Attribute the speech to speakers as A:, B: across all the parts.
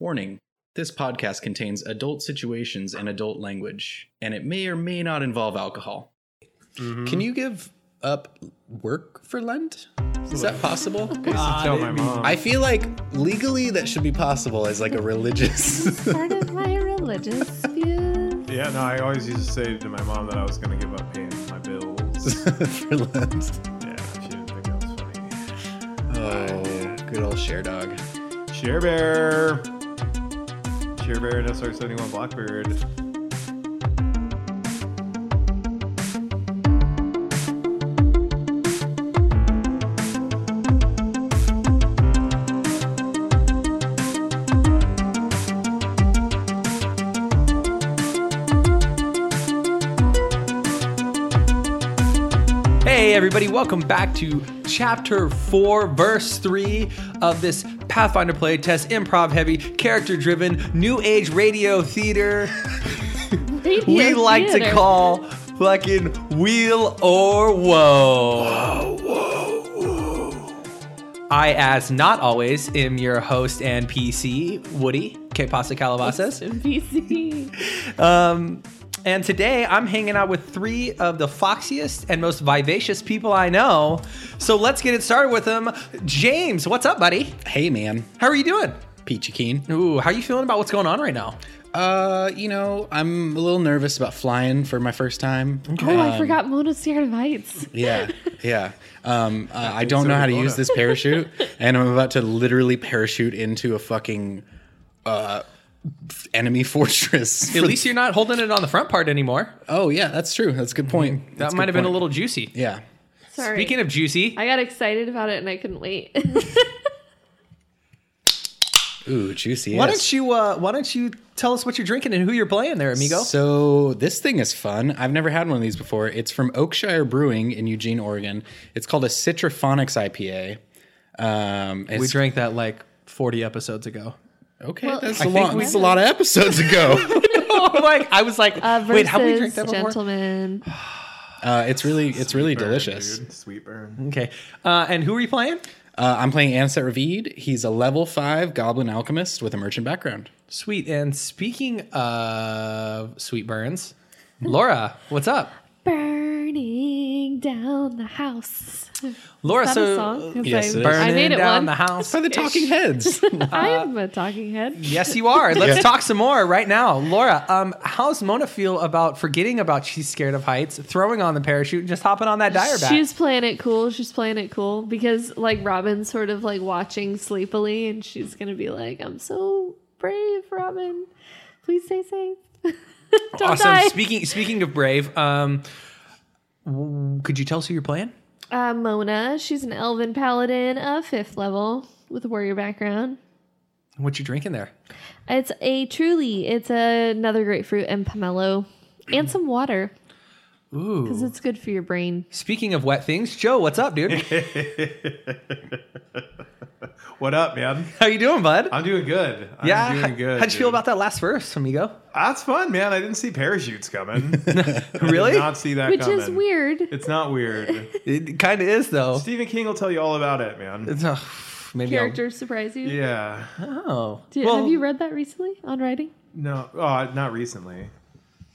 A: Warning this podcast contains adult situations and adult language, and it may or may not involve alcohol.
B: Mm-hmm.
C: Can you give up work for Lent? Is that possible?
B: tell my mom.
C: I feel like legally that should be possible as like a religious.
D: Part of my religious views.
B: yeah, no, I always used to say to my mom that I was going to give up paying my bills.
C: for Lent.
B: yeah, she didn't think that was
C: Oh, good old share dog.
B: funny. Share Bear! Share Bear and SR71 Blackbird.
E: Hey, everybody, welcome back to chapter four, verse three of this Pathfinder play test, improv heavy, character driven, new age radio theater. we like to call fucking wheel or woe. I, as not always, am your host and PC, Woody, K Pasta Calabasas.
D: BC.
E: Um, and today I'm hanging out with three of the foxiest and most vivacious people I know. So let's get it started with them. James, what's up, buddy?
C: Hey, man,
E: How are you doing?
C: Peachy Keen.
E: Ooh, how are you feeling about what's going on right now?
C: Uh, you know, I'm a little nervous about flying for my first time.
D: Oh,
E: Um,
D: I forgot Mona Sierra Heights.
C: Yeah, yeah. Um, uh, I don't know how to use this parachute, and I'm about to literally parachute into a fucking uh, enemy fortress.
E: At least you're not holding it on the front part anymore.
C: oh yeah, that's true. That's a good point.
E: Mhm. That might have been a little juicy.
C: Yeah.
D: Sorry.
E: Speaking of juicy,
D: I got excited about it and I couldn't wait.
C: Ooh, juicy.
E: why
C: yes.
E: don't you uh, why don't you tell us what you're drinking and who you're playing there, amigo?
C: So this thing is fun. I've never had one of these before. It's from Oakshire Brewing in Eugene, Oregon. It's called a Citrophonics IPA. Um,
E: we
C: it's-
E: drank that like 40 episodes ago.
C: okay,
D: Well,
C: that's
D: I
C: a
D: think
C: lot.
D: we-
C: That's a lot of episodes ago.
E: like I was like,
D: Uh, versus
E: wait, have we drank that before?
D: Gentlemen.
C: uh, it's really, it's really
B: Burn,
C: delicious.
B: dude. Sweet burn.
E: Okay, uh, and who are you playing?
C: Uh, I'm playing Ansett Ravid. He's a level five goblin alchemist with a merchant background.
E: Sweet. And speaking of sweet burns, Laura, what's up?
D: Burning down the house.
E: Laura,
D: Is that
E: so uh,
D: a song? 'Cause
C: yes,
D: I,
C: it is.
E: burning
D: I made it
E: down
D: one.
E: the house.
C: For the Talking Heads.
D: I am a talking head.
E: yes, you are. Let's talk some more right now, Laura. Um, how's Mona feel about forgetting about she's scared of heights, throwing on the parachute, and just hopping on that dire back?
D: She's playing it cool. She's playing it cool because like Robin's sort of like watching sleepily, and she's gonna be like, "I'm so brave, Robin. Please stay safe. Don't
E: awesome.
D: die."
E: Speaking speaking of brave, um, w- could you tell us who you're playing?
D: uh, Mona, she's an Elven Paladin of fifth level with a warrior background.
E: And What you drinking there?
D: It's a truly, it's a, another grapefruit and pomelo, and some water because
E: Ooh.
D: it's good for your brain.
E: Speaking of wet things, Joe, what's up, dude?
B: What up, man?
E: How you doing, bud?
B: I'm doing good. I'm
E: yeah.
B: doing good.
E: How'd you feel
B: dude.
E: about that last verse, amigo?
B: That's fun, man. I didn't see parachutes coming.
E: Really?
B: Did not see that
D: Which
B: coming.
D: is weird.
B: It's not weird.
E: It kind of is though.
B: Stephen King will tell you all about it, man.
E: It's, uh, maybe I'll-
D: Characters surprise you.
B: Yeah.
E: Oh,
D: Do-
E: well,
D: have you read that recently on writing?
B: No, oh, not recently,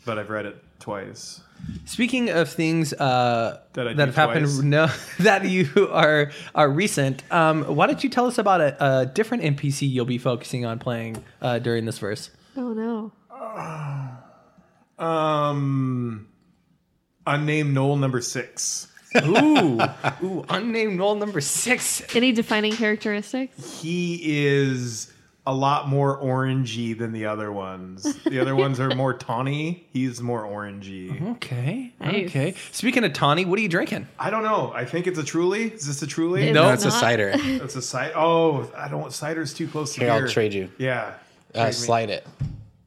B: but I've read it twice.
E: speaking of things uh,
B: That I
E: that
B: do
E: have happened,
B: twice.
E: no, that you are are recent. Um, why don't you tell us about a, a different NPC you'll be focusing on playing uh, during this verse?
D: Oh no.
B: Um, unnamed Knoll number six.
E: Ooh, ooh, unnamed roll number six.
D: Any defining characteristics?
B: He is a lot more orangey than the other ones. The other ones are more tawny. He's more orangey.
E: Okay,
D: Nice.
E: okay. Speaking of Tawny, what are you drinking?
B: I don't know. I think it's a truly. Is this a truly?
D: It's
E: No,
C: That's a
D: not-
C: cider.
B: It's a cider. Oh, I don't. Cider's too close to
C: Here, I'll
B: beer.
C: trade you.
B: Yeah.
C: Uh, slide it.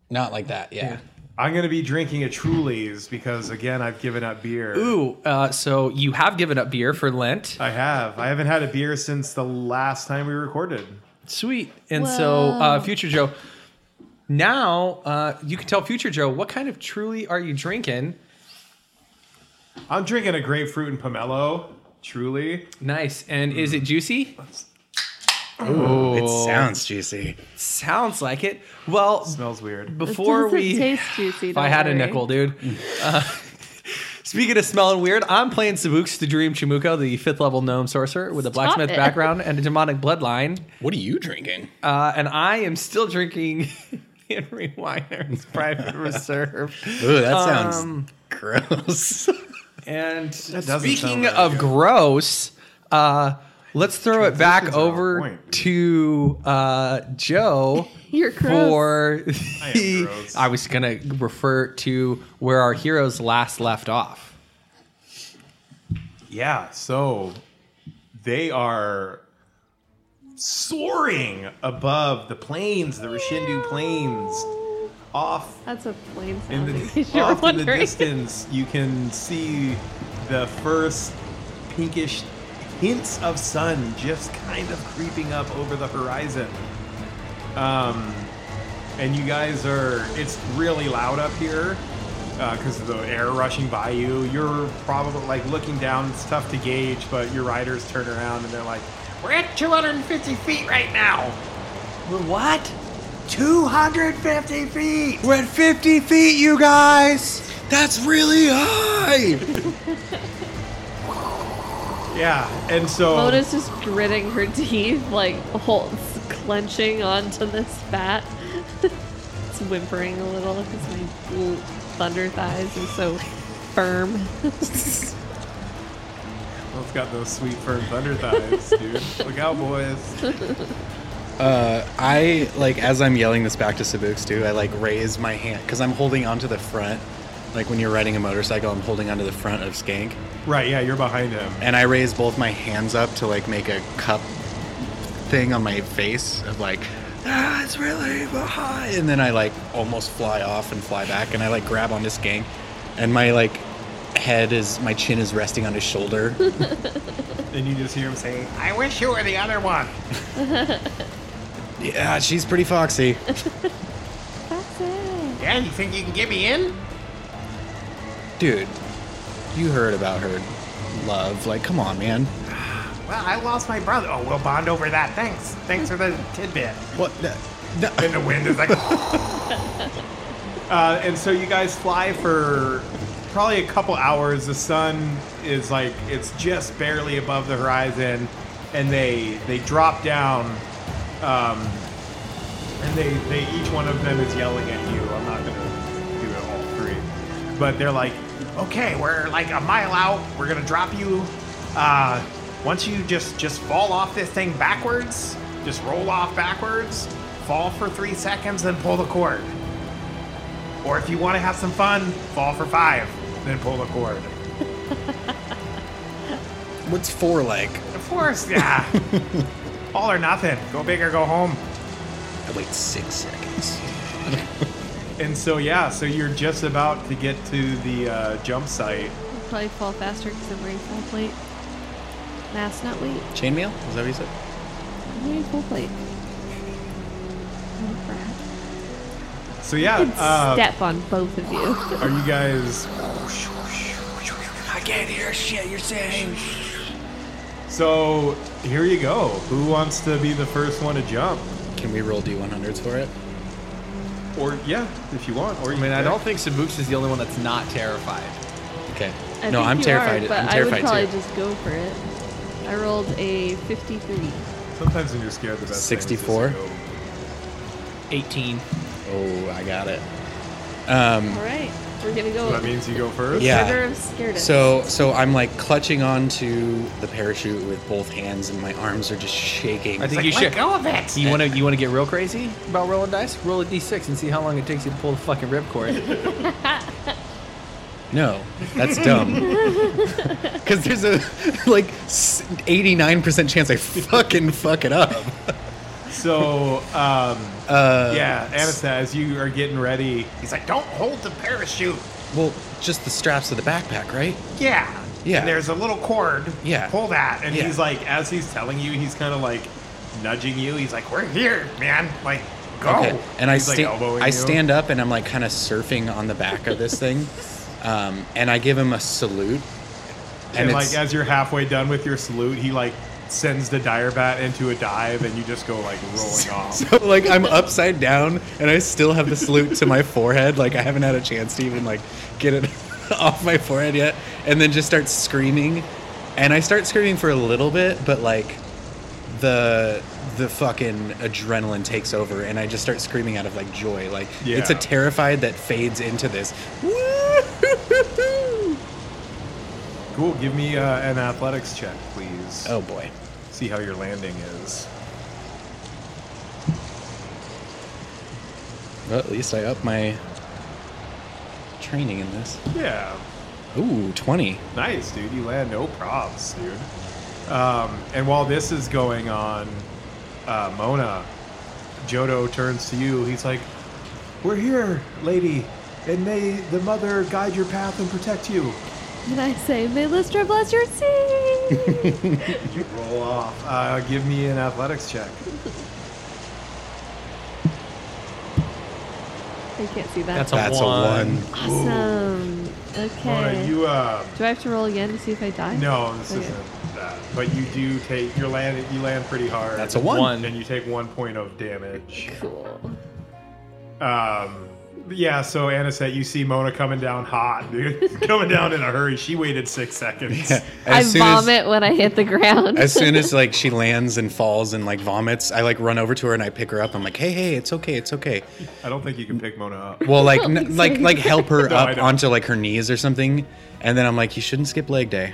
C: Not like that. Yeah.
B: I'm gonna be drinking a Truly's because again I've given up beer.
E: Ooh, uh, so you have given up beer for Lent.
B: I have. I haven't had a beer since the last time we recorded.
E: Sweet. And so, uh,
D: Wow.
E: Future Joe, now uh, you can tell Future Joe what kind of truly are you drinking?
B: I'm drinking a grapefruit and pomelo. Truly,
E: Nice. And is it juicy?
C: It sounds juicy.
E: Sounds like it. Well,
B: Smells weird.
E: before
D: doesn't
E: we
D: taste juicy.
E: if I had a nickel, dude. Uh, speaking of smelling weird, I'm playing Sabuks the Dream Chimuko, the fifth level gnome sorcerer with a blacksmith
D: it.
E: background and a demonic bloodline.
C: What are you drinking?
E: Uh, and I am still drinking Henry Weiner's Private Reserve.
C: Ooh, that sounds
E: Um,
C: gross.
E: And
B: doesn't sound
E: speaking
B: very
E: of
B: good.
E: gross, uh, let's throw it back
B: Transitions are on
E: over
B: point.
E: to uh, Joe.
D: You're gross.
E: for
B: am
E: the,
B: gross.
E: I was gonna refer to where our heroes last left off.
B: Yeah, so they are soaring above the plains, the Rishindu plains. Off
D: That's a plain
B: in
D: sound. In case
B: the,
D: you were
B: off in the
D: wondering.
B: distance, you can see the first pinkish hints of sun just kind of creeping up over the horizon. Um, and you guys are, it's really loud up here because of the air rushing by you. You're probably like looking down, it's tough to gauge, but your riders turn around and they're like, We're at 250 feet right now.
E: What?
B: 250 feet!
E: We're at 50 feet, you guys!
C: That's really high.
B: Yeah, and so.
D: Lotus is gritting her teeth, like holds, clenching onto this fat. it's whimpering a little because my little thunder thighs are so firm.
B: Both got those sweet firm thunder thighs, dude. Look out, boys.
C: Uh, I like as I'm yelling this back to Sabuks too. I like raise my hand because I'm holding onto the front. Like when you're riding a motorcycle, I'm holding onto the front of Skank,
B: Right, yeah, you're behind him.
C: and I raise both my hands up to like make a cup thing on my face of like. Ah, it's really high, and then I like almost fly off and fly back, and I like grab onto Skank, and my like head is my chin is resting on his shoulder.
B: And you just hear him saying,
F: I wish you were the other one.
C: yeah, she's pretty foxy.
D: That's it.
F: Yeah, you think you can get me in?
C: Dude, you heard about her love. Like, come on, man.
F: Well, I lost my brother. Oh, we'll bond over that. Thanks. Thanks for the tidbit.
C: What? the- no-
F: And the wind is like,
B: uh, and so you guys fly for probably a couple hours. The sun is like it's just barely above the horizon, and they they drop down, um, and they they each one of them is yelling at you. I'm not gonna do it all three, but they're like,
F: okay, we're like a mile out. We're gonna drop you. Uh, once you just just fall off this thing backwards, just roll off backwards, fall for three seconds, then pull the cord. Or if you want to have some fun, fall for five, then pull the cord.
C: What's four like?
F: Of course, yeah. all or nothing. Go big or go home.
C: I wait six seconds.
B: and so yeah, so you're just about to get to the uh, jump site.
D: I'll probably fall faster because I'm wearing full plate. Mass, not weight.
C: Chainmail? Is that what you said?
D: I'm wearing full plate. Oh, crap.
B: So yeah,
D: I could
B: uh,
D: step on both of you.
B: Are you guys?
F: I can't hear shit you're saying.
B: So here you go. Who wants to be the first one to jump?
C: Can we roll D100s for it?
B: Or yeah, if you want. Or
E: I mean, I don't think Sabuks is the only one that's not terrified.
C: Okay.
D: I
C: no,
D: think
C: I'm
D: you
C: terrified.
D: Are, but
C: I'm
D: I would
C: terrified
D: probably
C: too.
D: just go for it. I rolled a 53.
C: Hmm.
B: Sometimes when you're scared, the best. thing is just
C: 64?
B: go.
E: 18.
C: Oh, I got it. Um,
D: All right, we're gonna go.
B: So that means you go first.
C: Yeah.
D: Order of scaredest.
C: so so I'm like clutching onto the parachute with both hands, and my arms are just shaking.
E: I think you
F: Like,
E: should.
F: let go of it.
E: You want to you want to get real crazy about rolling dice? Roll a d6 and see how long it takes you to pull the fucking ripcord.
C: No, that's dumb. Because there's a like s- 89% chance I fucking fuck it up.
B: So um,
C: Uh,
B: yeah, Anastas, as you are getting ready.
F: He's like, don't hold the parachute.
C: Well, just the straps of the backpack, right?
F: Yeah.
C: Yeah.
F: And there's a little cord.
C: Yeah.
F: Pull that.
B: And
F: And
C: Yeah.
B: he's like, as he's telling you, he's kind of like nudging you. He's like,
F: like, we're here, man. Like, go.
C: And I
B: Oh. He's, like,
C: stand,
B: elbowing
C: I
B: you.
C: stand up and I'm like kind of surfing on the back of this thing, um, and I give him a salute.
B: and,
C: And,
B: like
C: it's-
B: as you're halfway done with your salute, he like sends the dire bat into a dive, and you just go like rolling off.
C: So like I'm upside down and I still have the salute to my forehead. Like I haven't had a chance to even like get it off my forehead yet. And then just start screaming. And I start screaming for a little bit, but like the the fucking adrenaline takes over and I just start screaming out of like joy. Like
B: Yeah.
C: it's a terrified that fades into this.
B: Cool. Give me uh, an athletics check, please.
C: Oh boy.
B: See how your landing is.
C: Well, at least I up my training in this.
B: Yeah.
C: Ooh, 20.
B: Nice, dude. You land no props, dude. Um, and while this is going on, uh, Mona, Jodo turns to you. He's like, "We're here, lady, and may the mother guide your path and protect you."
D: And I say, may Lystra bless your seed.
B: You roll off. Uh, give me an athletics check.
D: I can't see that.
E: That's a
C: That's
E: one.
C: a one.
D: awesome.
B: Mona,
D: Okay.
B: you um,
D: Do I have to roll again to see if I die?
B: no, this
D: Okay.
B: isn't that, but you do take your land. You land pretty hard.
C: That's a one.
E: One.
B: And you take one point of damage.
D: Cool.
B: Um, yeah, so Anisette, you see Mona coming down hot, dude. coming down in a hurry. She waited six seconds.
C: Yeah,
D: I
C: soon
D: vomit when I hit the ground.
C: As soon as like she lands and falls and like vomits, I like run over to her and I pick her up. I'm like, hey, hey, it's okay, it's okay.
B: I don't think you can pick Mona up.
C: Well, like n- like like help her
B: No, I
C: up
B: know.
C: onto like her knees or something, and then I'm like, you shouldn't skip leg day.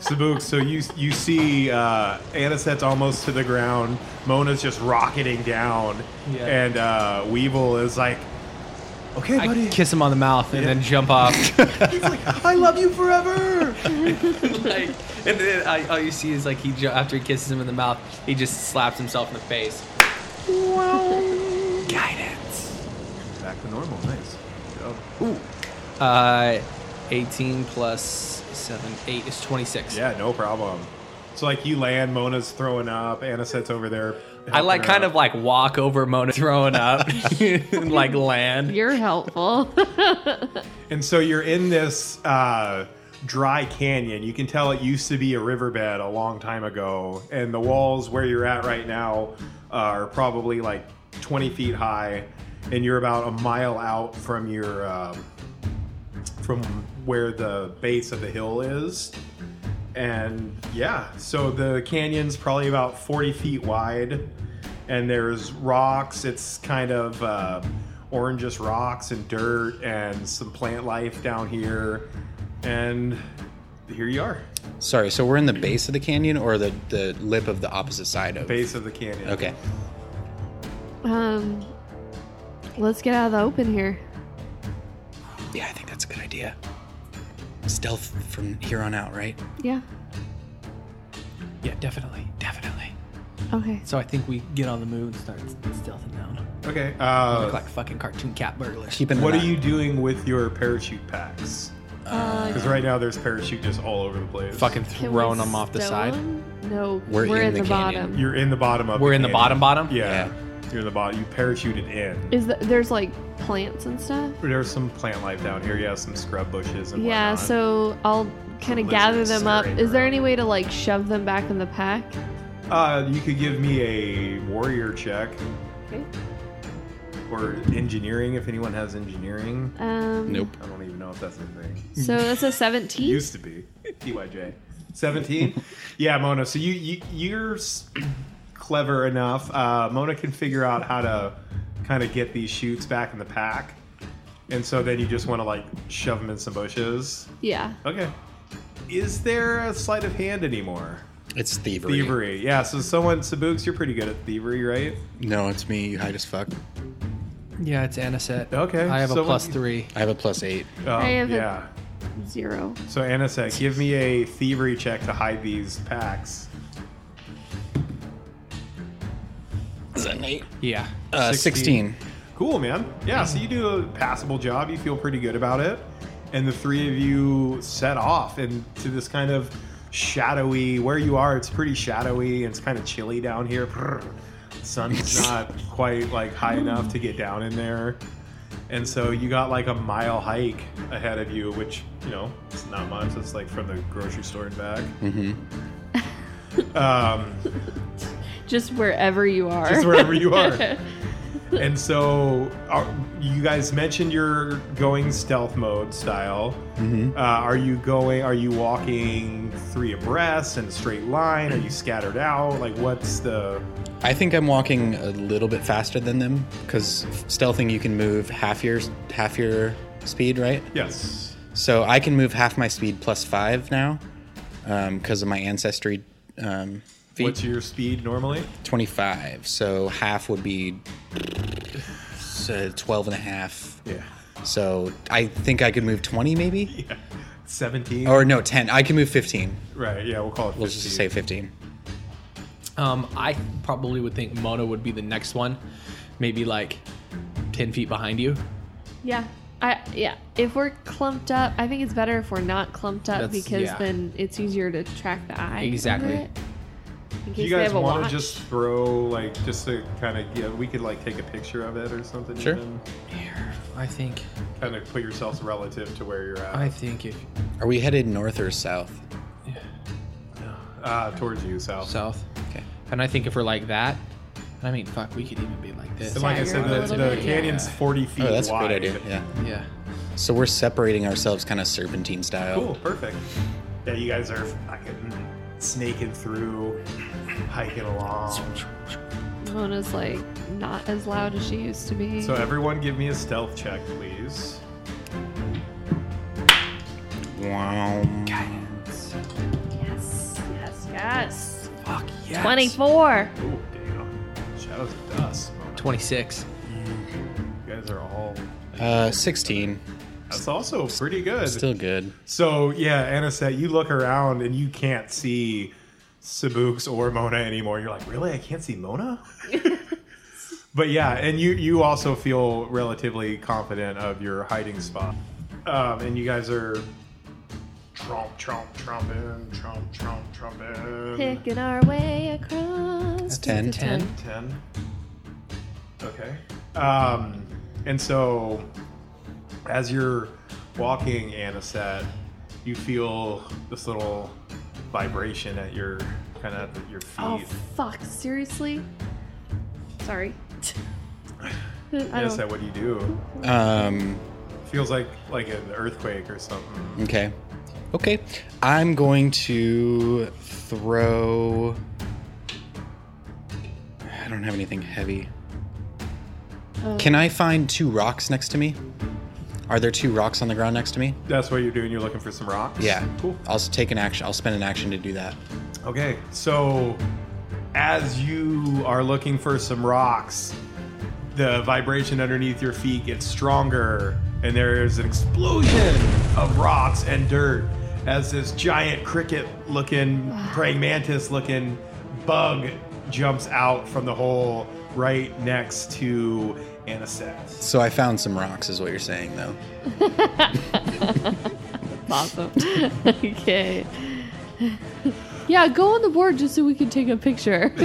B: Sabuk, so you you see uh, Anisette's almost to the ground. Mona's just rocketing down.
E: Yeah.
B: And uh, Weevil is like, okay,
E: I
B: buddy.
E: kiss him on the mouth and then jump off.
B: He's like, I love you forever.
E: like, and then I, all you see is like he ju- after he kisses him in the mouth, he just slaps himself in the face. Guidance.
B: Back to normal. Nice. Good job.
E: Uh, 18 plus 7, 8 is 26.
B: Yeah, no problem. So, like, you land, Mona's throwing up, Anisette's over there.
E: I like
B: helping her
E: kind
B: out.
E: of like walk over Mona throwing up and like land.
D: You're helpful.
B: And so you're in this uh, dry canyon. You can tell it used to be a riverbed a long time ago, and the walls where you're at right now are probably like 20 feet high, and you're about a mile out from your um, from where the base of the hill is. And yeah, so the canyon's probably about 40 feet wide, and there's rocks. It's kind of uh, orangish rocks and dirt and some plant life down here. And here you are,
C: Sorry, so we're in the base of the canyon or the the lip of the opposite side of.
B: base of the canyon.
C: Okay.
D: um, let's get out of the open here.
C: Yeah, I think that's a good idea. Stealth from here on out, right?
D: Yeah.
E: Yeah, definitely, definitely.
D: Okay.
E: So I think we get on the move and start stealthing down.
B: Okay.
E: Look
B: Uh,
E: like fucking cartoon cat burglars.
C: Keep an
B: what
C: eye
B: are
C: on-
B: you doing with your parachute packs?
D: Uh,
B: Because right now there's parachute just all over the place.
E: Fucking
D: can we
E: throwing them off the
D: stow
E: side.
D: 'em? No,
C: We're
D: we're,
C: in
D: in,
C: the
D: the,
C: canyon.
D: bottom.
B: You're in the bottom of.
E: We're in the
B: canyon.
E: bottom bottom?
B: Yeah, You're in the bottom. You parachuted in.
D: Is that there's like plants and stuff?
B: There's some plant life down here. Yeah, some scrub bushes and
D: Yeah,
B: whatnot.
D: so I'll kind of
B: Lizards
D: gather them up.
B: scurrying
D: Is there
B: around.
D: any way to like shove them back in the pack?
B: uh, you could give me a warrior check
D: Okay.
B: or engineering if anyone has engineering.
D: Um,
C: Nope.
B: I don't even know if that's a thing.
D: So that's a 17.
B: Used to be DYJ. Seventeen. yeah, Mona. So you, you you're s- clever enough. Uh, Mona can figure out how to kind of get these shoots back in the pack, and so then you just want to like shove them in some bushes.
D: yeah.
B: Okay. Is there a sleight of hand anymore?
C: It's thievery.
B: Thievery. Yeah, so someone, Sabooks, you're pretty good at thievery, right?
C: No, it's me. You hide as fuck.
E: Yeah, it's Anisette.
B: Okay,
E: I have
B: so
E: a plus
B: when-
E: three.
C: I have a plus eight.
B: Oh,
D: I have a-
B: yeah.
D: Zero.
B: So, Anna said, give me a thievery check to hide these packs.
C: Is that an eight?
E: Yeah.
C: Uh,
B: 16.
C: 16.
B: Cool, man. Yeah, so you do a passable job. You feel pretty good about it. And the three of you set off into this kind of shadowy, where you are, it's pretty shadowy and it's kind of chilly down here. Brrr. Sun's not quite like high enough to get down in there. And so you got like a mile hike ahead of you, which, you know, it's not much. It's like from the grocery store and back.
C: Mm-hmm.
B: Um,
D: Just wherever you are.
B: just wherever you are. And so, are, you guys mentioned you're going stealth mode style.
C: Mm-hmm.
B: Uh, are you going? Are you walking three abreast in a straight line? Are you scattered out? Like, what's the?
C: I think I'm walking a little bit faster than them because stealthing you can move half your half your speed, right?
B: Yes.
C: So I can move half my speed plus five now because of my ancestry um, feat.
B: What's your speed normally?
C: 25. So half would be so 12 and a half.
B: Yeah.
C: So I think I could move 20 maybe?
B: Yeah. Seventeen.
C: Or no, 10. I can move 15.
B: right. Yeah. We'll call it.
C: We'll just
B: 15.
C: say 15.
E: Um, I probably would think Mono would be the next one, maybe like ten feet behind you.
D: Yeah. I yeah. If we're clumped up, I think it's better if we're not clumped up
E: That's-
D: because
E: yeah.
D: then it's easier to track the eye. over
E: Exactly.
D: it. In
B: Do
D: case
B: you
D: they
B: guys
D: have a
B: want to
D: watch.
B: just throw like just to kind of yeah? We could like take a picture of it or something.
C: Sure.
E: I think.
B: Kind of put yourselves relative to where you're at.
E: I think if
C: Are we headed north or south?
B: uh, towards you, Sal.
E: south,
C: Okay.
E: and I think if we're like that, I mean, fuck, we could even be like this.
B: And like I
D: Stagger
B: said,
D: a
B: the,
D: little
B: the
D: bit, yeah.
B: canyon's 40 feet
C: Oh, that's a
B: wide.
C: great idea. Yeah.
E: Yeah.
C: So we're separating ourselves kind of serpentine style.
B: Cool, perfect. Yeah, you guys are fucking snaking through, hiking along.
D: Mona's like not as loud as she used to be.
B: So everyone, give me a stealth check, please.
C: Wow.
D: yes, yes, yes.
E: Fuck yeah.
D: Twenty-four.
B: Oh damn! Shadows of dust. Oh,
E: Twenty-six.
B: You guys are all.
C: Uh, 16.
B: That's also pretty good.
C: Still good.
B: So yeah, Anisette, you look around and you can't see Sabuks or Mona anymore. You're like, really? I can't see Mona. but yeah, and you you also feel relatively confident of your hiding spot, um, and you guys are trump trump trumping trump trump trumping
D: Picking our way across.
C: Ten.
D: Ten.
B: ten. Okay. Um, and so as you're walking Anisette, you feel this little vibration at your kind of at your feet.
D: Oh fuck! Seriously? Sorry. I
B: Anisette,
D: don't.
B: what do you do?
C: Um,
B: Feels like like an earthquake or something.
C: Okay. Okay. I'm going to throw. I don't have anything heavy.
D: Oh.
C: Can I find two rocks next to me? Are there two rocks on the ground next to me?
B: That's what you're doing. You're looking for some rocks.
C: Yeah.
B: Cool.
C: I'll s- take an action. I'll spend an action to do that.
B: Okay, so as you are looking for some rocks, the vibration underneath your feet gets stronger, and there is an explosion of rocks and dirt as this giant cricket looking, praying mantis looking bug jumps out from the hole right next to Anisette.
C: So I found some rocks, is what you're saying, though.
D: Awesome. okay. Yeah, go on the board just so we can take a picture.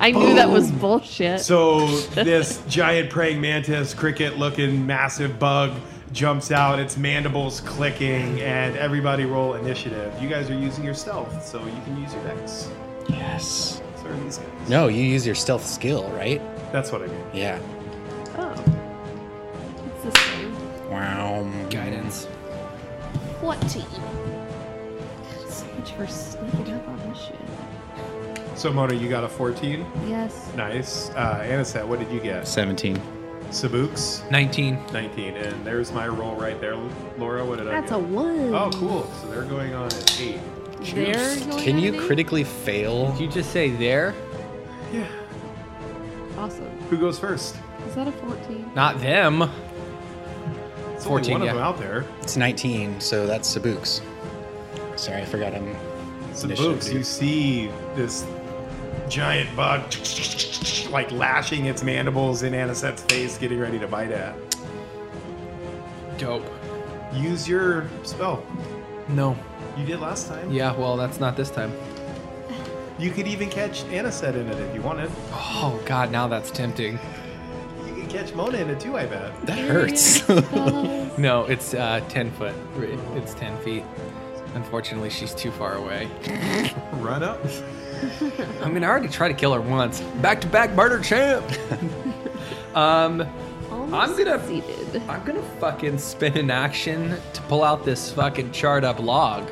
D: I knew that was bullshit.
B: So this giant praying mantis, cricket-looking massive bug jumps out, its mandibles clicking, and everybody roll initiative. You guys are using your stealth, so you can use your dex.
C: Yes.
B: So are these guys.
C: No, you use your stealth skill, right?
B: That's what I mean.
C: Yeah.
D: oh. It's the same.
C: Wow.
E: Guidance.
D: 14. So much for sneaking up on this shit.
B: So Mona, you got a 14.
D: Yes.
B: Nice. Uh, Anisette, what did you get?
A: 17.
B: Sabuks,
E: Nineteen.
B: 19. And there's my roll right there. Laura, what did
D: That's
B: I
D: a
B: get?
D: one.
B: Oh, cool. So they're going on at eight.
D: There going
C: Can
D: at
C: you
D: me?
C: critically fail?
E: Did you just say there?
B: Yeah.
D: Awesome.
B: Who goes first?
D: Is that a 14?
E: Not them.
B: It's only
E: 14,
B: one
E: yeah.
B: of them out there.
C: It's 19, so that's Sabuks. Sorry, I forgot I'm
B: Some
C: Initiative,
B: books,
C: dude.
B: you see this giant bug like lashing its mandibles in Anisette's face, getting ready to bite at.
E: Dope.
B: Use your spell.
E: No.
B: You did last time.
E: Yeah. Well, that's not this time.
B: You could even catch Anisette in it if you wanted.
E: Oh God, now that's tempting.
B: You could catch Mona in it too, I bet.
C: That hurts.
D: Spells.
E: No, it's uh, ten foot. It's ten feet. Unfortunately, she's too far away.
B: Run up.
E: I mean, I already tried to kill her once. Back to back murder champ. um,
D: Almost
E: gonna-
D: succeeded.
E: I'm gonna fucking spin an action to pull out this fucking charred up log,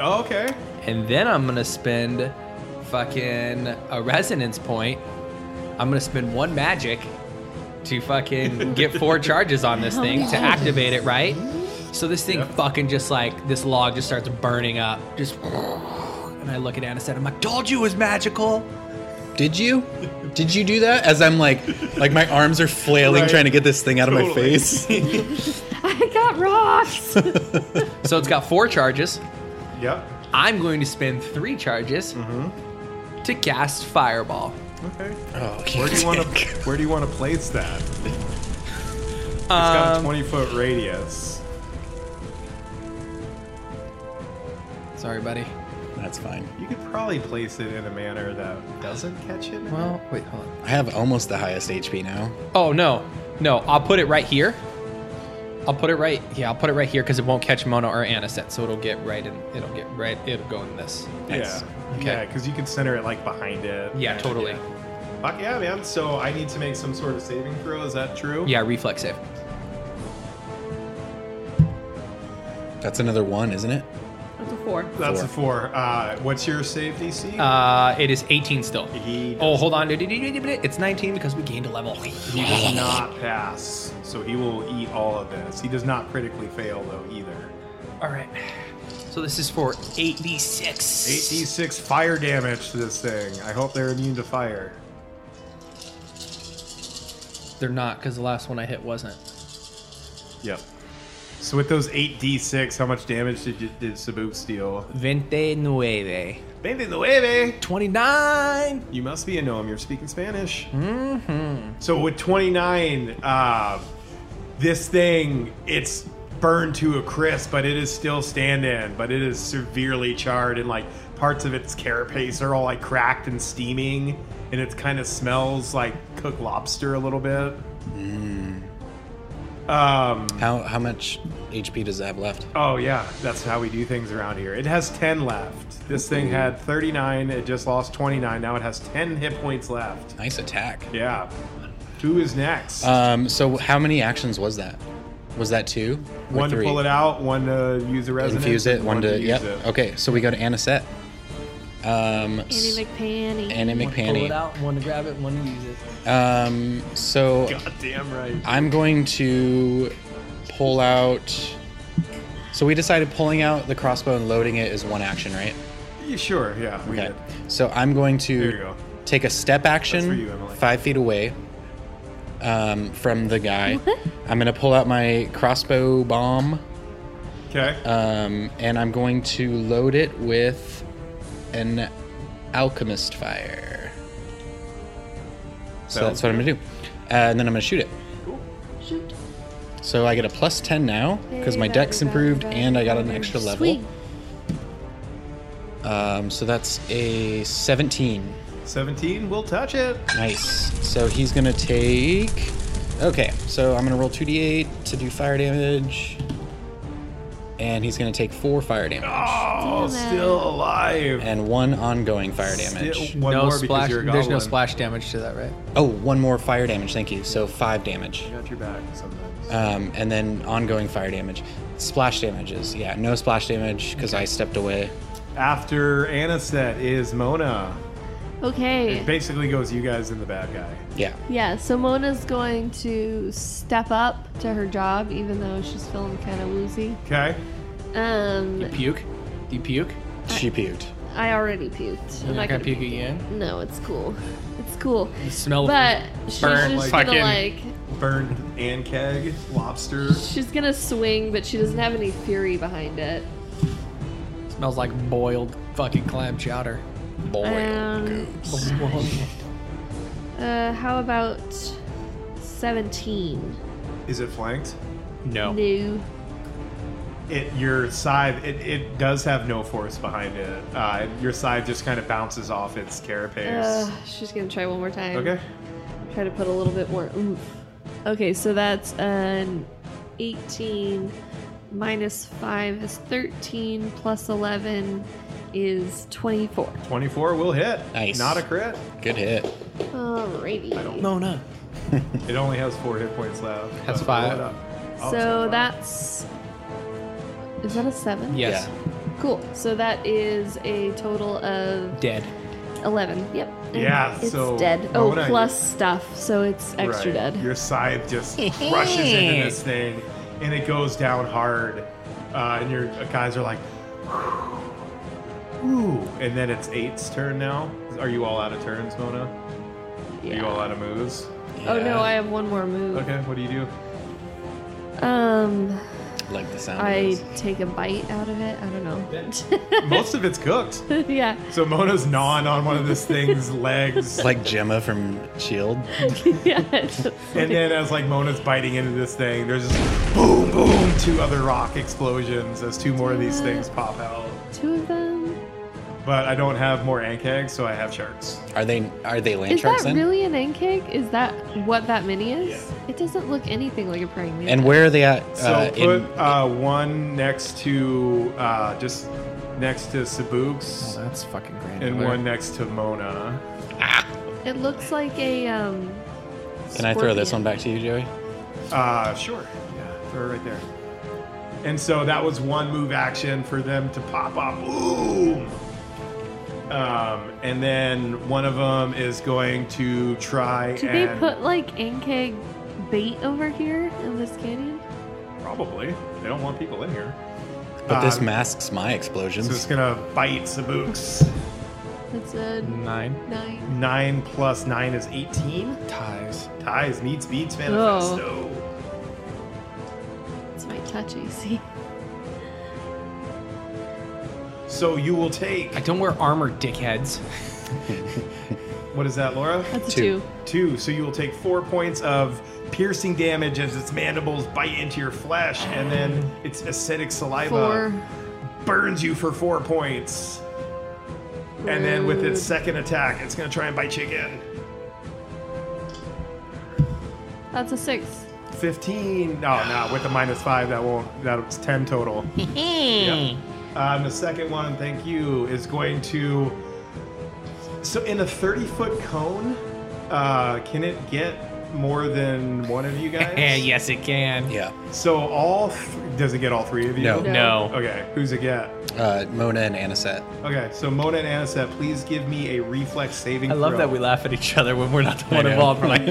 B: Oh, okay.
E: and then I'm gonna spend fucking a resonance point. I'm gonna spend one magic to fucking get four charges on this thing to activate it, right? So this thing fucking just like this log just starts burning up, just. And I look at Anisette. I'm like, "Told you it was magical."
C: Did you? Did you do that? As I'm like, like my arms are flailing,
B: Right.
C: trying to get this thing out of my
B: Totally.
C: face.
D: I got rocks.
E: So it's got four charges.
B: Yep.
E: I'm going to spend three charges to cast Fireball.
B: Okay.
C: Oh,
B: Where do you want to? Where do you want to place that? It's got a
E: Um,
B: 20 foot radius.
E: Sorry, buddy.
C: That's fine.
B: You could probably place it in a manner that doesn't catch it.
E: Well, wait, hold on.
C: I have almost the highest HP now.
E: Oh no, no! I'll put it right here. I'll put it right. Yeah, I'll put it right here because it won't catch Mona or Anisette, so it'll get right in. It'll get right. It'll go in this.
C: Nice.
B: Yeah.
E: Okay.
B: Yeah, because you can center it like behind it.
E: Yeah, totally.
B: Fuck yeah, man. So I need to make some sort of saving throw. Is that true?
E: Yeah, reflex save.
C: That's another one, isn't it?
D: That's a four.
B: That's a four. Uh, what's your save DC?
E: Uh, it is 18 still.
B: he
E: Oh, hold on. It's 19 because we gained a level.
B: He does not pass, so he will eat all of this. He does not critically fail though either.
E: All right. So this is for 8d6.
B: 8d6 fire damage to this thing. I hope they're immune to fire.
E: They're not because the last one I hit wasn't.
B: Yep. So with those 8d6, how much damage did you, did Sabu steal?
E: 29.
B: Vente nueve.
E: 29.
B: You must be a gnome. You're speaking Spanish. Mm-hmm. So with 29, uh, this thing it's burned to a crisp, but it is still standing. But it is severely charred, and like parts of its carapace are all like cracked and steaming, and it kind of smells like cooked lobster a little bit. Um.
C: How how much HP does that have left?
B: Oh yeah, that's how we do things around here. It has 10 left. This thing had 39. It just lost 29. Now it has 10 hit points left.
C: Nice attack.
B: Yeah. Who is next?
C: Um, so how many actions was that? Was that two? Or
B: one
C: three?
B: to pull it out, one to use the resonance,
C: Infuse it.
B: and
C: One to. Yep.
B: use it.
C: Okay. So we go to Anisette. Um,
D: Annie McPanny.
C: Annie McPanny.
E: out, one to grab it, one to use it.
C: Um, so
B: God damn right.
C: I'm going to pull out. So we decided pulling out the crossbow and loading it is one action, right?
B: You sure? Yeah, we
C: Okay.
B: did.
C: So I'm going to
B: There you go.
C: take a step
B: That's
C: action
B: for you, Emily.
C: five feet away um, from the guy. I'm going to pull out my crossbow bomb
B: Okay.
C: um, and I'm going to load it with an alchemist fire. So
B: Sounds
C: that's what I'm going to do. Uh, and then I'm going to shoot it.
D: Shoot.
C: So I get a plus 10 now because my
D: Hey,
C: deck's
D: baby,
C: improved
D: baby,
C: and I got an
D: baby.
C: extra level.
D: Sweet.
C: Um, so that's a 17.
B: 17. We'll touch it.
C: Nice. So he's going to take. Okay, so I'm going to roll 2d8 to do fire damage. And he's going to take four fire damage
B: Oh,
D: Damn it.
B: still alive.
C: and one ongoing fire damage.
B: Still- one
E: no
B: more because
E: splash.
B: you're a
E: There's no
B: goblin.
E: splash damage to that, right?
C: Oh, one more fire damage. Thank you. So five damage.
B: I got your back sometimes.
C: Um, and then ongoing fire damage. Splash damages. Yeah, no splash damage because I stepped away.
B: After Anisette is Mona.
D: Okay.
B: It basically goes you guys in the bad guy.
C: Yeah.
D: Yeah, so Mona's going to step up to her job, even though she's feeling kind of woozy.
B: Okay.
D: Um,
E: Puke. Do you puke?
C: She puked.
D: I already puked. I'm
E: You're
D: not gonna
E: not gonna puke
D: puke
E: again?
D: No, it's cool. It's cool.
E: The smell of
D: But she's
E: burn,
D: just
E: like-
D: gonna like,
E: fucking-
B: Burned and keg lobster.
D: she's gonna swing, but she doesn't have any fury behind it.
E: smells like boiled fucking clam chowder.
B: Oh,
D: Um, uh, how about seventeen?
B: Is it flanked?
E: No.
D: No.
B: It your scythe. It, it does have no force behind it. Uh, your scythe just kind of bounces off its carapace.
D: Uh, she's gonna try one more time.
B: okay.
D: Try to put a little bit more oomph. Okay, so that's an 18 minus 5 is 13, plus 11 is 24.
B: 24 will hit.
C: Nice.
B: Not a crit.
C: Good hit.
D: Alrighty.
E: No, no.
B: It only has four hit points left.
C: That's
B: Uh,
C: five.
B: roll it up. Oh,
D: So
B: sorry,
D: that's. Is that a 7?
E: Yes.
D: Cool. So that is a total of
E: Dead.
D: 11. Yep. And
B: Yeah,
D: It's
B: so
D: dead.
B: what
D: Oh,
B: would I-
D: plus stuff. So it's extra
B: Right.
D: dead.
B: Your scythe just crushes into this thing, and it goes down hard. Uh, and your guys are like, "Ooh!" And then it's eight's turn now. Are you all out of turns, Mona? Are
D: Yeah.
B: you all out of moves?
D: Oh no, I have one more move.
B: Okay, what do you do?
D: Um,
C: Like the sound. of
D: I
C: this.
D: take a bite out of it. I don't know.
B: Most of it's cooked.
D: yeah.
B: So Mona's gnawing on one of this thing's legs.
C: It's like Gemma from Shield.
D: yeah. it's just
B: And
D: like-
B: then as like Mona's biting into this thing, there's just boom, boom, two other rock explosions as two more of these things pop out.
D: two of them.
B: But I don't have more ankegs, so I have sharks.
C: Are they are they land
D: Is
C: sharks
D: that
C: then?
D: really an egg cake? Is that what that mini is? It doesn't look anything like a praying mantis.
C: And where are they at?
B: So
C: uh,
B: put
C: in-
B: uh, one next to uh, just next to Sabuks
E: Oh, That's fucking great.
B: and one next to Mona.
D: It looks like a um.
C: can I throw this one back to you, Joey?
B: Uh, sure. Yeah, throw it right there. And so that was one move action for them to pop up. Boom! Um, and then one of them is going to try
D: Did
B: and
D: they put like egg egg bait over here in this canyon?
B: probably they don't want people in here.
C: But this
B: Um,
C: masks my explosions.
B: So it's gonna bite Sabuks.
D: That's a
B: Mm.
E: Nine.
D: nine.
B: Nine plus nine is eighteen.
E: Ties.
B: Ties meets beats manifesto.
D: It's my touch AC.
B: So you will take
E: I don't wear armor, dickheads.
B: what is that, Laura?
D: That's a
C: Two.
D: two.
B: Two, so you will take four points of piercing damage as its mandibles bite into your flesh, and then its acidic saliva
D: Four.
B: burns you for four points. And then with its
D: Rude.
B: second attack, it's gonna try and bite you again.
D: That's a six.
B: Fifteen. No, no, with the minus five, that won't. That's ten total. yeah. Um, the second one, thank you, is going to. So in a thirty-foot cone, uh, can it get more than one of you guys?
E: Eh, yes, it can.
C: yeah.
B: So all th- does it get all three of you?
C: No.
E: No.
B: Okay, who's it get?
C: Uh, Mona and Anisette.
B: Okay, so Mona and Anisette, please give me a reflex saving.
E: I love
B: throw
E: that we laugh at each other when we're not the
C: I
E: one
C: know.
E: involved. We're like,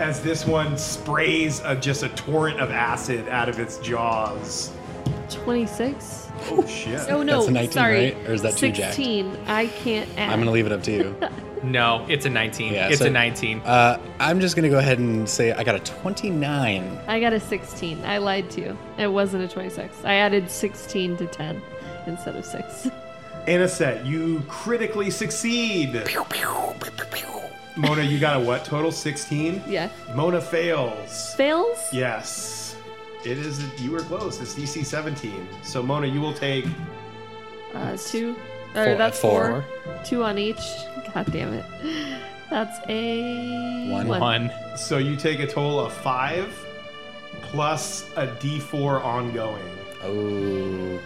B: As this one sprays a, just a torrent of acid out of its jaws.
D: Twenty-six.
B: Oh shit!
D: Oh no!
C: That's a 19,
D: sorry.
C: right? Or is that too jacked?
D: sixteen? I can't add.
C: I'm gonna leave it up to you.
E: no, it's a 19.
C: Yeah,
E: it's
C: so-
E: a 19.
C: Uh, I'm just gonna go ahead and say I got a 29.
D: I got a sixteen. I lied to you. It wasn't a twenty-six. I added sixteen to ten instead of six.
B: Anisette, you critically succeed. Mona, you got a what total? Sixteen.
D: Yeah.
B: Mona fails.
D: Fails.
B: Yes. It is. You were close. It's DC 17. So Mona, you will take
D: Uh, two. Or
C: Four-
D: that's
C: four.
D: four. Two on each. God damn it. That's a
C: One.
E: one.
B: So you take a total of five plus a d4 ongoing
C: Oh,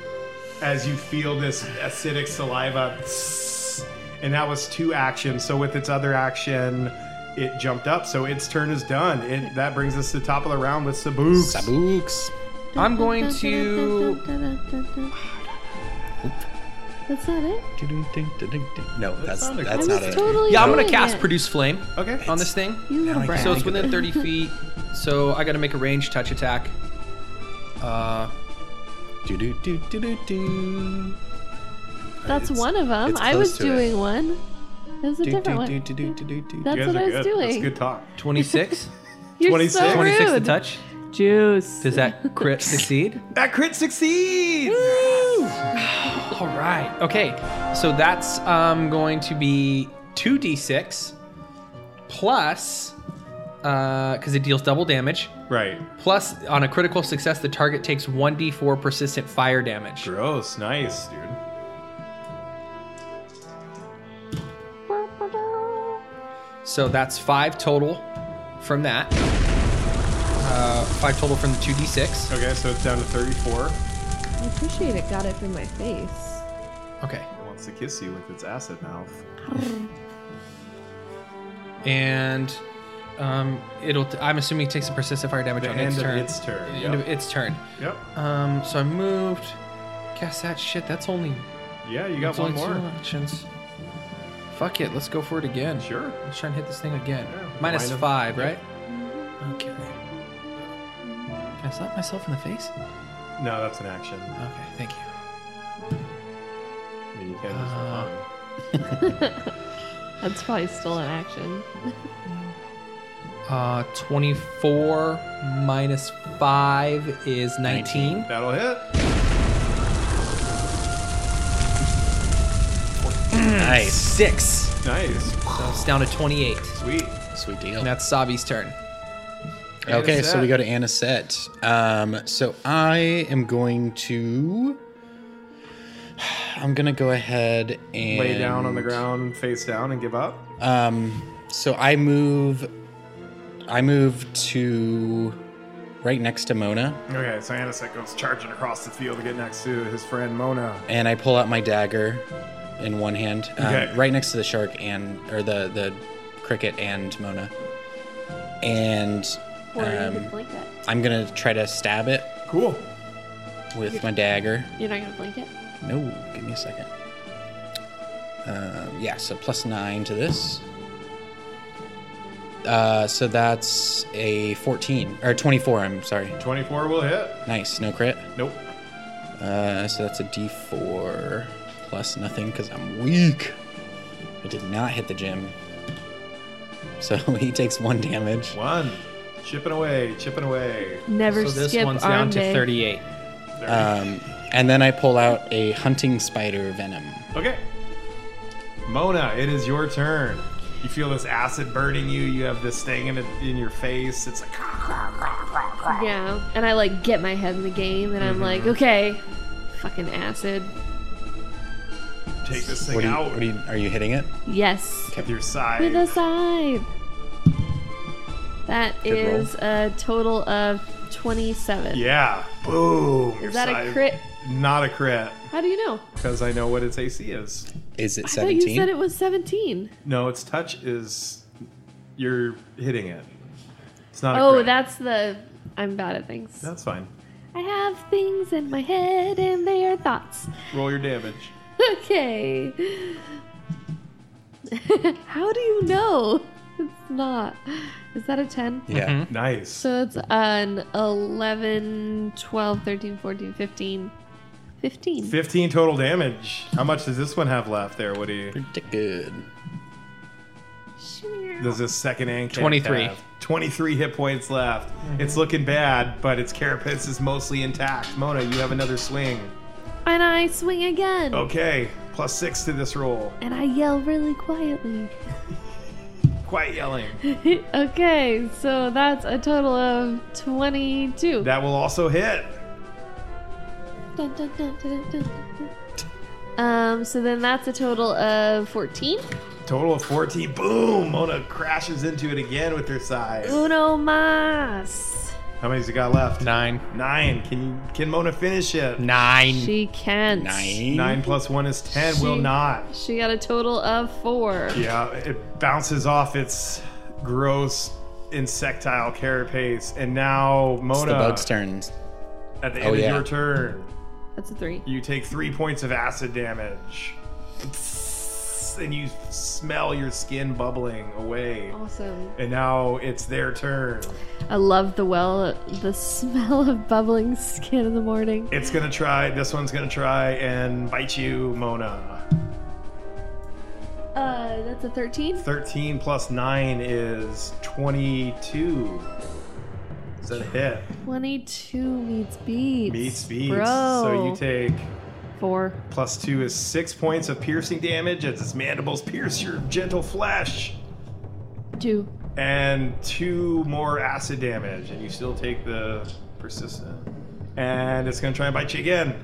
B: as you feel this acidic saliva. And that was two actions. So with its other action, it jumped up. So its turn is done. It, that brings us to the top of the round with Sabu.
C: Sabooks.
E: I'm going to.
D: That's not it.
C: No, that's
B: not a-
D: I
C: that's
D: was
C: not it.
D: totally.
E: Yeah, I'm gonna
D: doing
E: cast
D: it.
E: Produce Flame
B: Okay.
E: on this thing.
D: You little brat.
E: So it's within 30 feet. So I gotta make a range touch attack. Uh,
C: Do do do do do do.
D: That's
C: It's-
D: one of them.
C: it's
D: I
C: close
D: was
C: to it.
D: doing one. It was a
C: Do
D: different
C: do
D: one.
C: do do do do do do.
D: That's
B: You
D: what
B: guys are
D: I was
B: good. That's
D: doing.
B: good talk.
E: 26.
D: You're
B: 26.
D: so
E: 26 to
D: rude.
E: touch.
D: Juice.
E: Does that crit succeed?
B: That crit succeeds.
E: All right. Okay. So that's um, going to be 2d6 plus, because it deals double damage.
B: Right.
E: Plus, on a critical success, the target takes 1d4 persistent fire damage.
B: Gross. Nice, dude.
E: So that's five total from that. Uh, five total from the 2d6.
B: Okay, so it's down to 34.
D: I appreciate it got it through my face.
E: Okay.
B: It wants to kiss you with its acid mouth.
E: And um, it'll. T- I'm assuming it takes a persistent fire damage
B: The
E: on
B: end
E: its
B: of
E: turn.
B: its turn,
E: The
B: yep.
E: End of its turn.
B: Yep.
E: Um, so I moved. Guess that shit. That's only.
B: Yeah, you got
E: That's
B: one
E: only two
B: more.
E: actions. Fuck it. Let's go for it again.
B: Sure.
E: Let's try and hit this thing again.
B: Yeah,
E: Minus
B: minus-
E: five, right? Okay. Can I slap myself in the face?
B: No, that's an action.
E: Okay, thank you.
B: I mean, you can't just
E: Uh,
B: run.
D: That's probably still in action.
E: Uh, 24 minus 5 is 19.
B: That'll Uh, hit.
C: Nice.
E: 6.
B: Nice.
E: So it's down to 28.
B: Sweet.
C: Sweet deal.
E: And that's Sabi's turn.
C: Okay, so
B: Anisette.
C: we go to Anisette. Um, so I am going to. I'm gonna go ahead and
B: Lay down on the ground, face down, and give up.
C: Um, so I move. I move to right next to Mona,
B: Okay, so Anisek goes charging across the field to get next to his friend Mona.
C: and I pull out my dagger in one hand, um,
B: Okay.
C: right next to the shark and or the the cricket and Mona, and
D: Or you
C: um,
D: could blink it.
C: I'm gonna try to stab it
B: Cool.
C: with my dagger.
D: You're not gonna blink it?
C: No, give me a second. Um, yeah, so plus nine to this. Uh, so that's a 14 or 24. I'm sorry.
B: 24 will hit.
C: Nice, no crit.
B: Nope.
C: Uh, so that's a D4 plus nothing because I'm weak. I did not hit the gym. So he takes one damage.
B: One. Chipping away, chipping away.
D: Never
E: So this
D: skip
E: one's
D: arm
E: down to
D: day.
E: 38.
C: Um, and then I pull out a hunting spider venom.
B: Okay. Mona, it is your turn. You feel this acid burning you. You have this thing in, it, in your face. It's like,
D: Yeah, and I like get my head in the game, and I'm
B: Mm-hmm.
D: like, okay, fucking acid.
B: take this thing
C: What do you,
B: out
C: what do you, are you hitting it?
D: Yes,
B: with your
D: to the
B: side.
D: side. That
C: Good roll.
D: is a total of 27.
B: Yeah. Boom. Your
D: Is that
B: side-
D: a crit?
B: Not a crit,
D: How do you know?
B: because I know what its AC is.
C: Is it
D: I thought you
C: 17?
D: said it was 17.
B: No, its touch is. You're hitting it. It's not a
D: Oh,
B: crit.
D: that's the. I'm bad at things.
B: That's fine.
D: I have things in my head, and they are thoughts.
B: Roll your damage.
D: Okay. How do you know? It's not. Is that a 10?
C: yeah.
B: Nice.
D: So it's an 11, 12, 13, 14, 15. 15.
B: 15 total damage. How much does this one have left there, Woody?
C: Pretty good.
B: Does this second and
E: 23.
B: 23 hit points left.
D: Mm-hmm.
B: It's looking bad, but its carapace is mostly intact. Mona, you have another swing.
D: And I swing again.
B: Okay, plus six to this roll.
D: And I yell really quietly.
B: Quite yelling.
D: okay, so that's a total of 22.
B: That will also hit.
D: Dun, dun, dun, dun, dun, dun, dun. Um, so then that's a total of 14.
B: Total of 14. Boom! Mona crashes into it again with her side.
D: Uno mas.
B: How many's it got left?
E: Nine.
B: Nine. Can you can Mona finish it?
E: Nine.
D: She can't.
C: Nine.
B: Nine plus one is ten. Will
D: She-
B: not.
D: She got a total of four.
B: Yeah, it bounces off its gross insectile carapace, and now Mona,
C: It's the bug's turns.
B: at the
C: Oh,
B: end
C: yeah.
B: of your turn,
D: That's a three.
B: you take three points of acid damage, and you smell your skin bubbling away.
D: Awesome.
B: And now it's their turn.
D: I love the well, the smell of bubbling skin in the morning.
B: It's gonna try. This one's gonna try and bite you, Mona.
D: Uh, that's a 13.
B: Thirteen plus nine is twenty-two. Is that a hit?
D: 22 meets beats.
B: Meets beats.
D: Bro.
B: So you take
D: four.
B: Plus two is six points of piercing damage as its mandibles pierce your gentle flesh.
D: Two.
B: And two more acid damage, and you still take the persistent. And it's gonna try and bite you again,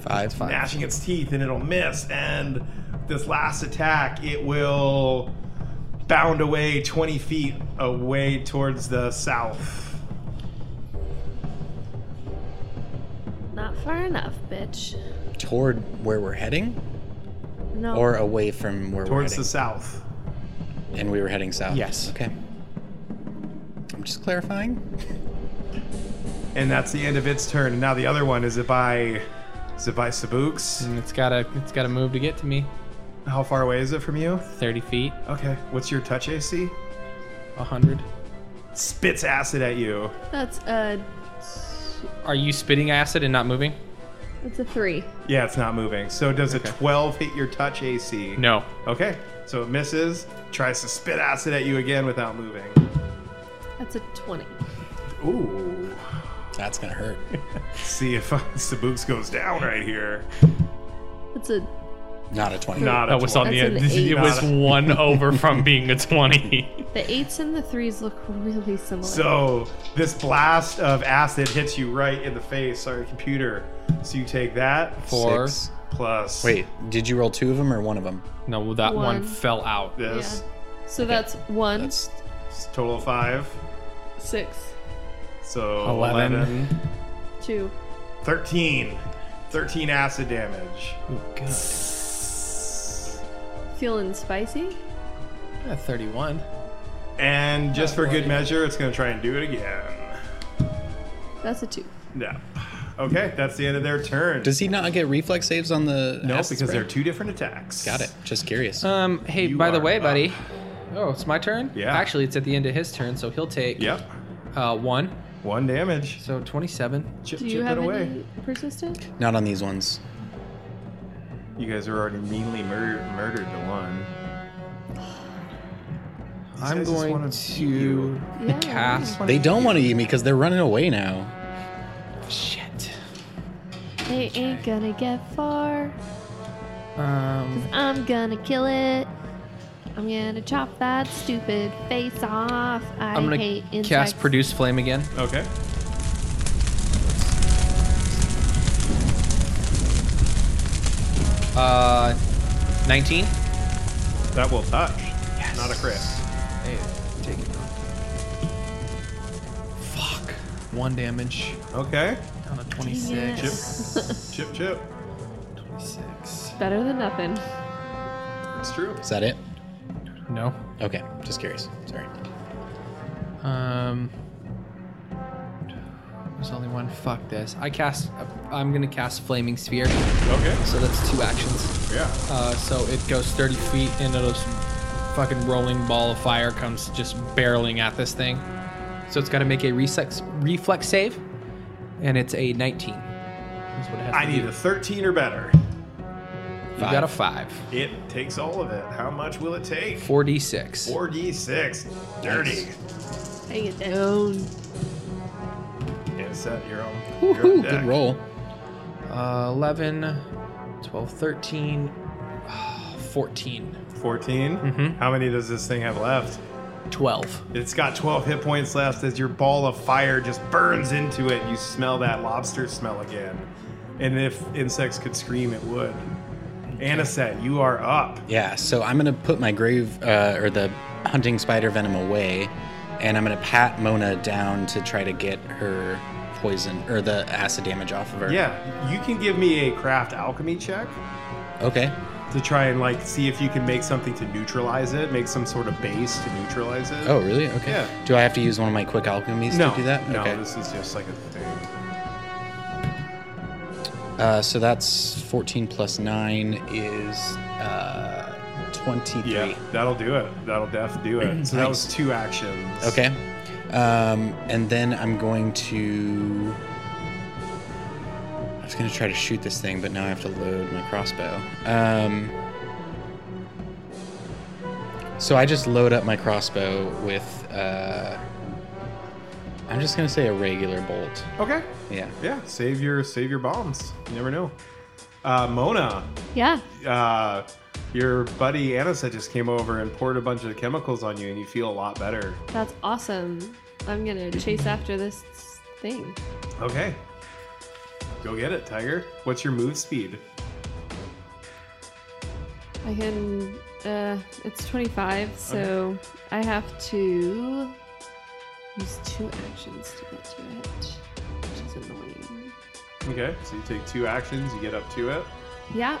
C: Five. Five.
B: gnashing its teeth, and it'll miss. And this last attack, it will bound away 20 feet away towards the south.
D: Not far enough, bitch.
C: Toward where we're heading,
D: No.
C: or away from where
B: Towards
C: we're
B: the
C: heading,
B: south.
C: and we were heading south.
G: Yes.
C: Okay. I'm just clarifying.
B: And that's the end of its turn. And now the other one is it by is it by Sabuks?
E: And it's gotta it's gotta move to get to me.
B: How far away is it from you?
E: Thirty feet,
B: Okay. What's your touch AC?
E: hundred.
B: Spits acid at you.
D: That's a.
E: Are you spitting acid and not moving?
D: That's a three.
B: Yeah, it's not moving. So does a
E: Okay.
B: 12 hit your touch AC?
E: No.
B: Okay. So it misses. Tries to spit acid at you again without moving.
D: That's a twenty.
B: Ooh.
C: That's gonna hurt.
B: See if uh, Sabuks goes down right here.
D: That's a.
C: Not a twenty.
B: Not a
E: That was on
B: 20.
E: the
D: That's an eight.
E: It was
B: Not a-
E: one over from being a twenty.
D: The eights and the threes look really similar.
B: So this blast of acid hits you right in the face. Sorry, computer. So you take that
E: Four.
C: Six.
B: plus.
C: Wait, did you roll two of them or one of them?
E: No, that one
D: One.
E: fell out.
B: This
D: So that's one,
C: That's
B: It's total of five.
D: six,
B: So 11.
E: 11.
D: two.
B: 13. 13 acid damage.
D: Feeling spicy?
E: Yeah, 31.
B: And
D: Oh,
B: just for good measure, it's going to try and do it again.
D: That's a two.
B: No. Okay, that's the end of their turn.
C: Does he not get reflex saves on the?
B: no,
C: acid
B: because
C: spray?
B: they're two Uh, different attacks.
C: Got it. Just curious.
E: Um, hey,
B: You
E: by the
B: are
E: way,
B: up.
E: buddy. Oh, it's my turn?
B: Yeah.
E: Actually, it's at the end of his turn, so he'll take
B: Yep.
E: uh, one.
B: One damage.
E: So 27.
B: Chip,
D: Do
B: chip
D: you
B: it
D: have
B: away.
D: any persistent?
C: Not on these ones.
B: You guys are already meanly mur- murdered the one. These
E: I'm
B: guys just
E: going
B: wanna
E: to
D: Yeah.
E: cast.
C: They don't want to eat me because they're running away now.
E: Shit.
D: They ain't gonna get far.
E: Um,
D: I'm gonna kill it. I'm gonna chop that stupid face off. I
E: I'm
D: hate
E: going to
D: insects.
E: cast Produce Flame again.
B: Okay.
E: Uh, 19.
B: That will touch. Not a crit.
E: Hey, take it. Fuck. One damage.
B: Okay.
E: Down to
D: Dang
E: 26.
D: it.
B: Chip, chip.
E: 26.
D: Better than nothing.
B: It's true.
C: Is that it?
E: No.
C: Okay, just curious. Sorry.
E: Um, there's only one. Fuck this. I cast. I'm gonna cast flaming sphere.
B: Okay.
E: So that's two actions.
B: Yeah.
E: Uh, so it goes 30 feet, and it'll just fucking rolling ball of fire comes just barreling at this thing. So it's got to make a reflex reflex save, and it's a 19. That's what it has
B: I
E: to
B: need
E: do.
B: a 13 or better.
E: You got a five.
B: It takes all of it. How much will it take?
E: 4d6.
B: 4d6. Dirty.
D: Take it down.
B: Insert your own. your own
C: Woohoo,
B: deck.
C: good roll.
E: Uh, 11, 12, 13, 14,
B: 14. How many does this thing have left?
E: 12.
B: It's got 12 hit points left as your ball of fire just burns into it. You smell that lobster smell again. And if insects could scream, it would. Anaset, you are up.
C: Yeah, so I'm gonna put my grave uh, or the hunting spider venom away, and I'm gonna pat Mona down to try to get her poison or the acid damage off of her.
B: Yeah, you can give me a craft alchemy check
C: Okay.
B: to try and like see if you can make something to neutralize it, make some sort of base to neutralize it.
C: Oh, really? Okay.
B: Yeah.
C: Do I have to use one of my quick alchemies
B: no,
C: to do that?
B: no,
C: Okay.
B: this is just like a thing.
C: Uh, so that's 14 plus nine is uh, 23.
B: Yeah, that'll do it. That'll def do it. So that was two actions.
C: Okay. Um, and then I'm going to. I was going to try to shoot this thing, but now I have to load my crossbow. Um, so I just load up my crossbow with. Uh, I'm just going to say a regular bolt.
B: Okay.
C: Yeah.
B: Yeah, save your save your bombs. You never know. Uh, Mona,
D: Yeah.
B: uh, your buddy Anissa just came over and poured a bunch of chemicals on you, and you feel a lot better.
D: That's awesome. I'm gonna chase after this thing.
B: Okay. Go get it, Tiger. What's your move speed?
D: I can. Uh, it's 25, so I have to use two actions to get to it, which is annoying.
B: Okay, so you take two actions, you get up to it.
D: Yep.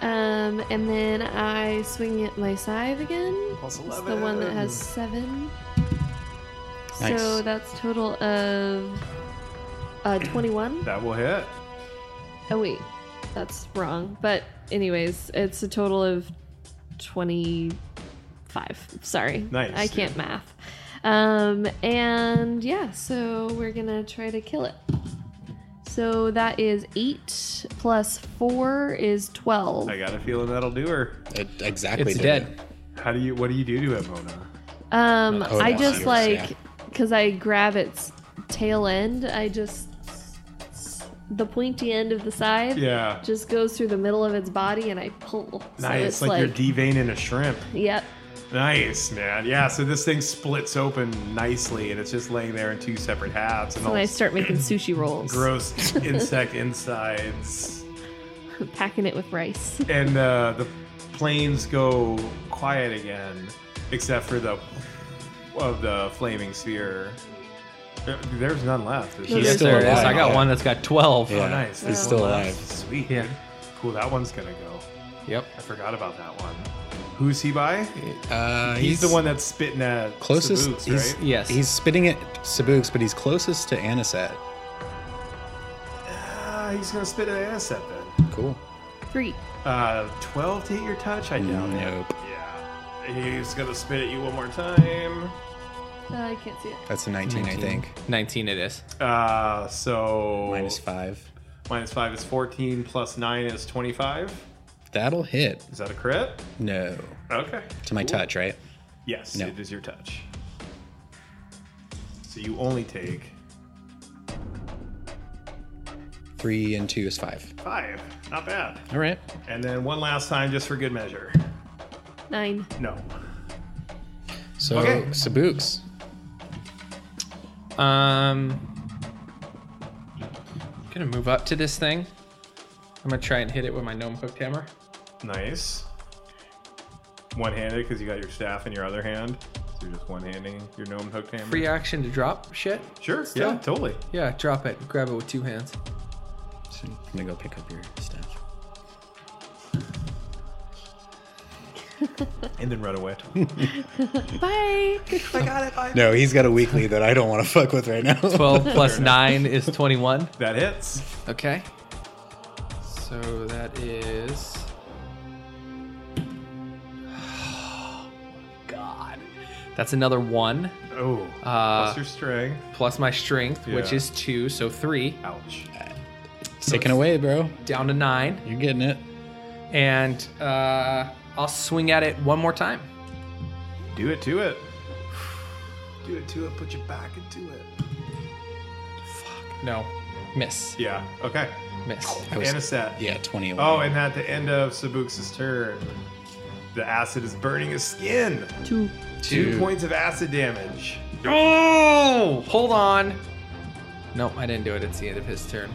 D: Um, and then I swing at my scythe again.
B: Plus
D: It's the one that has
B: 11.
D: seven.
A: Nice.
D: So that's total of uh, 21.
B: That will hit.
D: Oh, wait. That's wrong. But, anyways, it's a total of 25. Sorry.
B: Nice,
D: I
B: dude.
D: can't math. Um, and yeah, so we're going to try to kill it. So that is 8 plus 4 is 12.
B: I got a feeling that'll do her.
C: It e-, exactly.
H: It's
C: did
H: dead.
B: How do you? What do you do to it, Mona?
D: Um,
C: Oh,
D: I
C: that's
D: just
C: yours,
D: like
C: yeah.
D: because I grab its tail end. I just s- s- the pointy end of the side
B: Yeah.
D: just goes through the middle of its body, and I pull. So
B: Nice,
D: it's
B: like, you're deveining a shrimp.
D: Yep.
B: Nice, man. Yeah. So this thing splits open nicely, and it's just laying there in two separate halves, and
D: And
B: all
D: I start making sushi rolls,
B: gross insect insides.
D: packing it with rice.
B: and uh, the planes go quiet again, except for the of the flaming sphere. There- There's none left. It's
D: He's
B: just-
H: Yes,
C: still
H: there it is.
C: alive.
H: I got
C: Yeah.
H: one that's got 12.
B: oh,
C: Yeah.
B: nice.
C: He's
B: There's
C: still
B: one left.
C: alive.
B: Sweet.
H: Yeah.
B: Cool. That one's gonna go.
H: Yep.
B: I forgot about that one. Who's he by?
C: Uh,
B: He's, the one that's spitting at
C: closest.
B: Sabuks,
C: he's,
B: right?
H: Yes.
C: He's spitting at Sabuks, but he's closest to Anisette.
B: Ah, he's gonna spit at Anisette then.
C: Cool.
D: Three.
B: Uh, Twelve to hit your touch. I doubt it.
C: Nope.
B: Yeah. He's gonna spit at you one more time.
D: Uh, I can't see it.
C: That's a 19, I think.
H: 19 it is.
B: Uh, so
C: Minus five.
B: Minus five is 14, plus nine is 25.
C: That'll hit.
B: Is that a crit?
C: No.
B: Okay.
C: To my
B: Cool.
C: touch, right?
B: Yes,
C: No.
B: it is your touch. So you only take
C: Three and two is five.
B: five. Not bad.
C: All right.
B: And then one last time, just for good measure.
D: Nine.
B: No.
C: So
B: Okay.
C: Sabuks.
H: Um, I'm gonna move up to this thing. I'm gonna try and hit it with my gnome hooked hammer.
B: Nice. One handed because you got your staff in your other hand. So you're just one handing your gnome hooked hammer.
H: Free action to drop shit.
B: Sure.
H: Still.
B: Yeah, totally.
H: Yeah, drop it. Grab it with two hands.
C: So I'm gonna go pick up your staff.
B: And then run away.
D: Bye.
C: No, he's got a weekly that I don't want to fuck with right now.
H: 12 plus 9 is 21.
B: that hits.
H: Okay. So that is. God. That's another one.
B: Oh.
H: Uh,
B: plus your string.
H: plus my strength, which
B: Yeah.
H: is two, so three.
B: Ouch.
C: It's taken away, bro.
H: Down to nine.
C: You're getting it.
H: And uh, I'll swing at it one more time.
B: Do it to it. Do it to it. Put your back into it.
H: No. Miss.
B: Yeah. Okay.
H: Miss.
C: I was-
B: Anisette.
C: Yeah, 20 away.
B: Oh, and at the end of Sabuks' turn, the acid is burning his skin.
D: Two.
B: Two points of acid damage.
H: Oh! Hold on. Nope, I didn't do it. It's the end of his turn.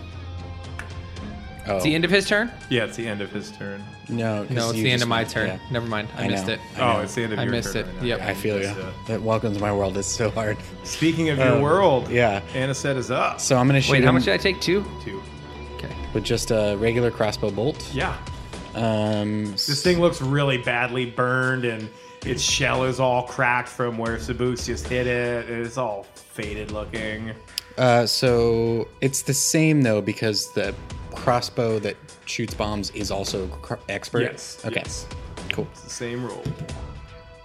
C: Oh.
H: It's the end of his turn?
B: Yeah, it's the end of his turn.
C: No, 'cause
H: No, it's
C: you
H: the end
C: just-
H: of my turn.
C: yeah.
H: Never mind. I,
C: I
H: missed
C: know.
H: it.
C: I
B: Oh,
C: know.
B: it's the end of
H: I
B: your
H: missed
B: turn.
H: it.
B: Right now.
H: Yep.
C: I feel you.
B: That's it.
C: That welcome to my world. It's so hard.
B: Speaking of your
C: Um,
B: world,
C: yeah.
B: Anisette is up.
C: So I'm gonna shoot
H: Wait, how
C: him
H: much did I take? Two?
B: Two.
H: Okay.
C: with just a regular crossbow bolt.
B: Yeah.
C: Um,
B: This thing looks really badly burned, and its shell is all cracked from where Sabuks just hit it. and It's all faded looking.
C: uh, so it's the same though because the crossbow that shoots bombs is also cr- expert.
B: Yes,
C: Okay.
B: yes.
C: Cool.
B: It's the same rule.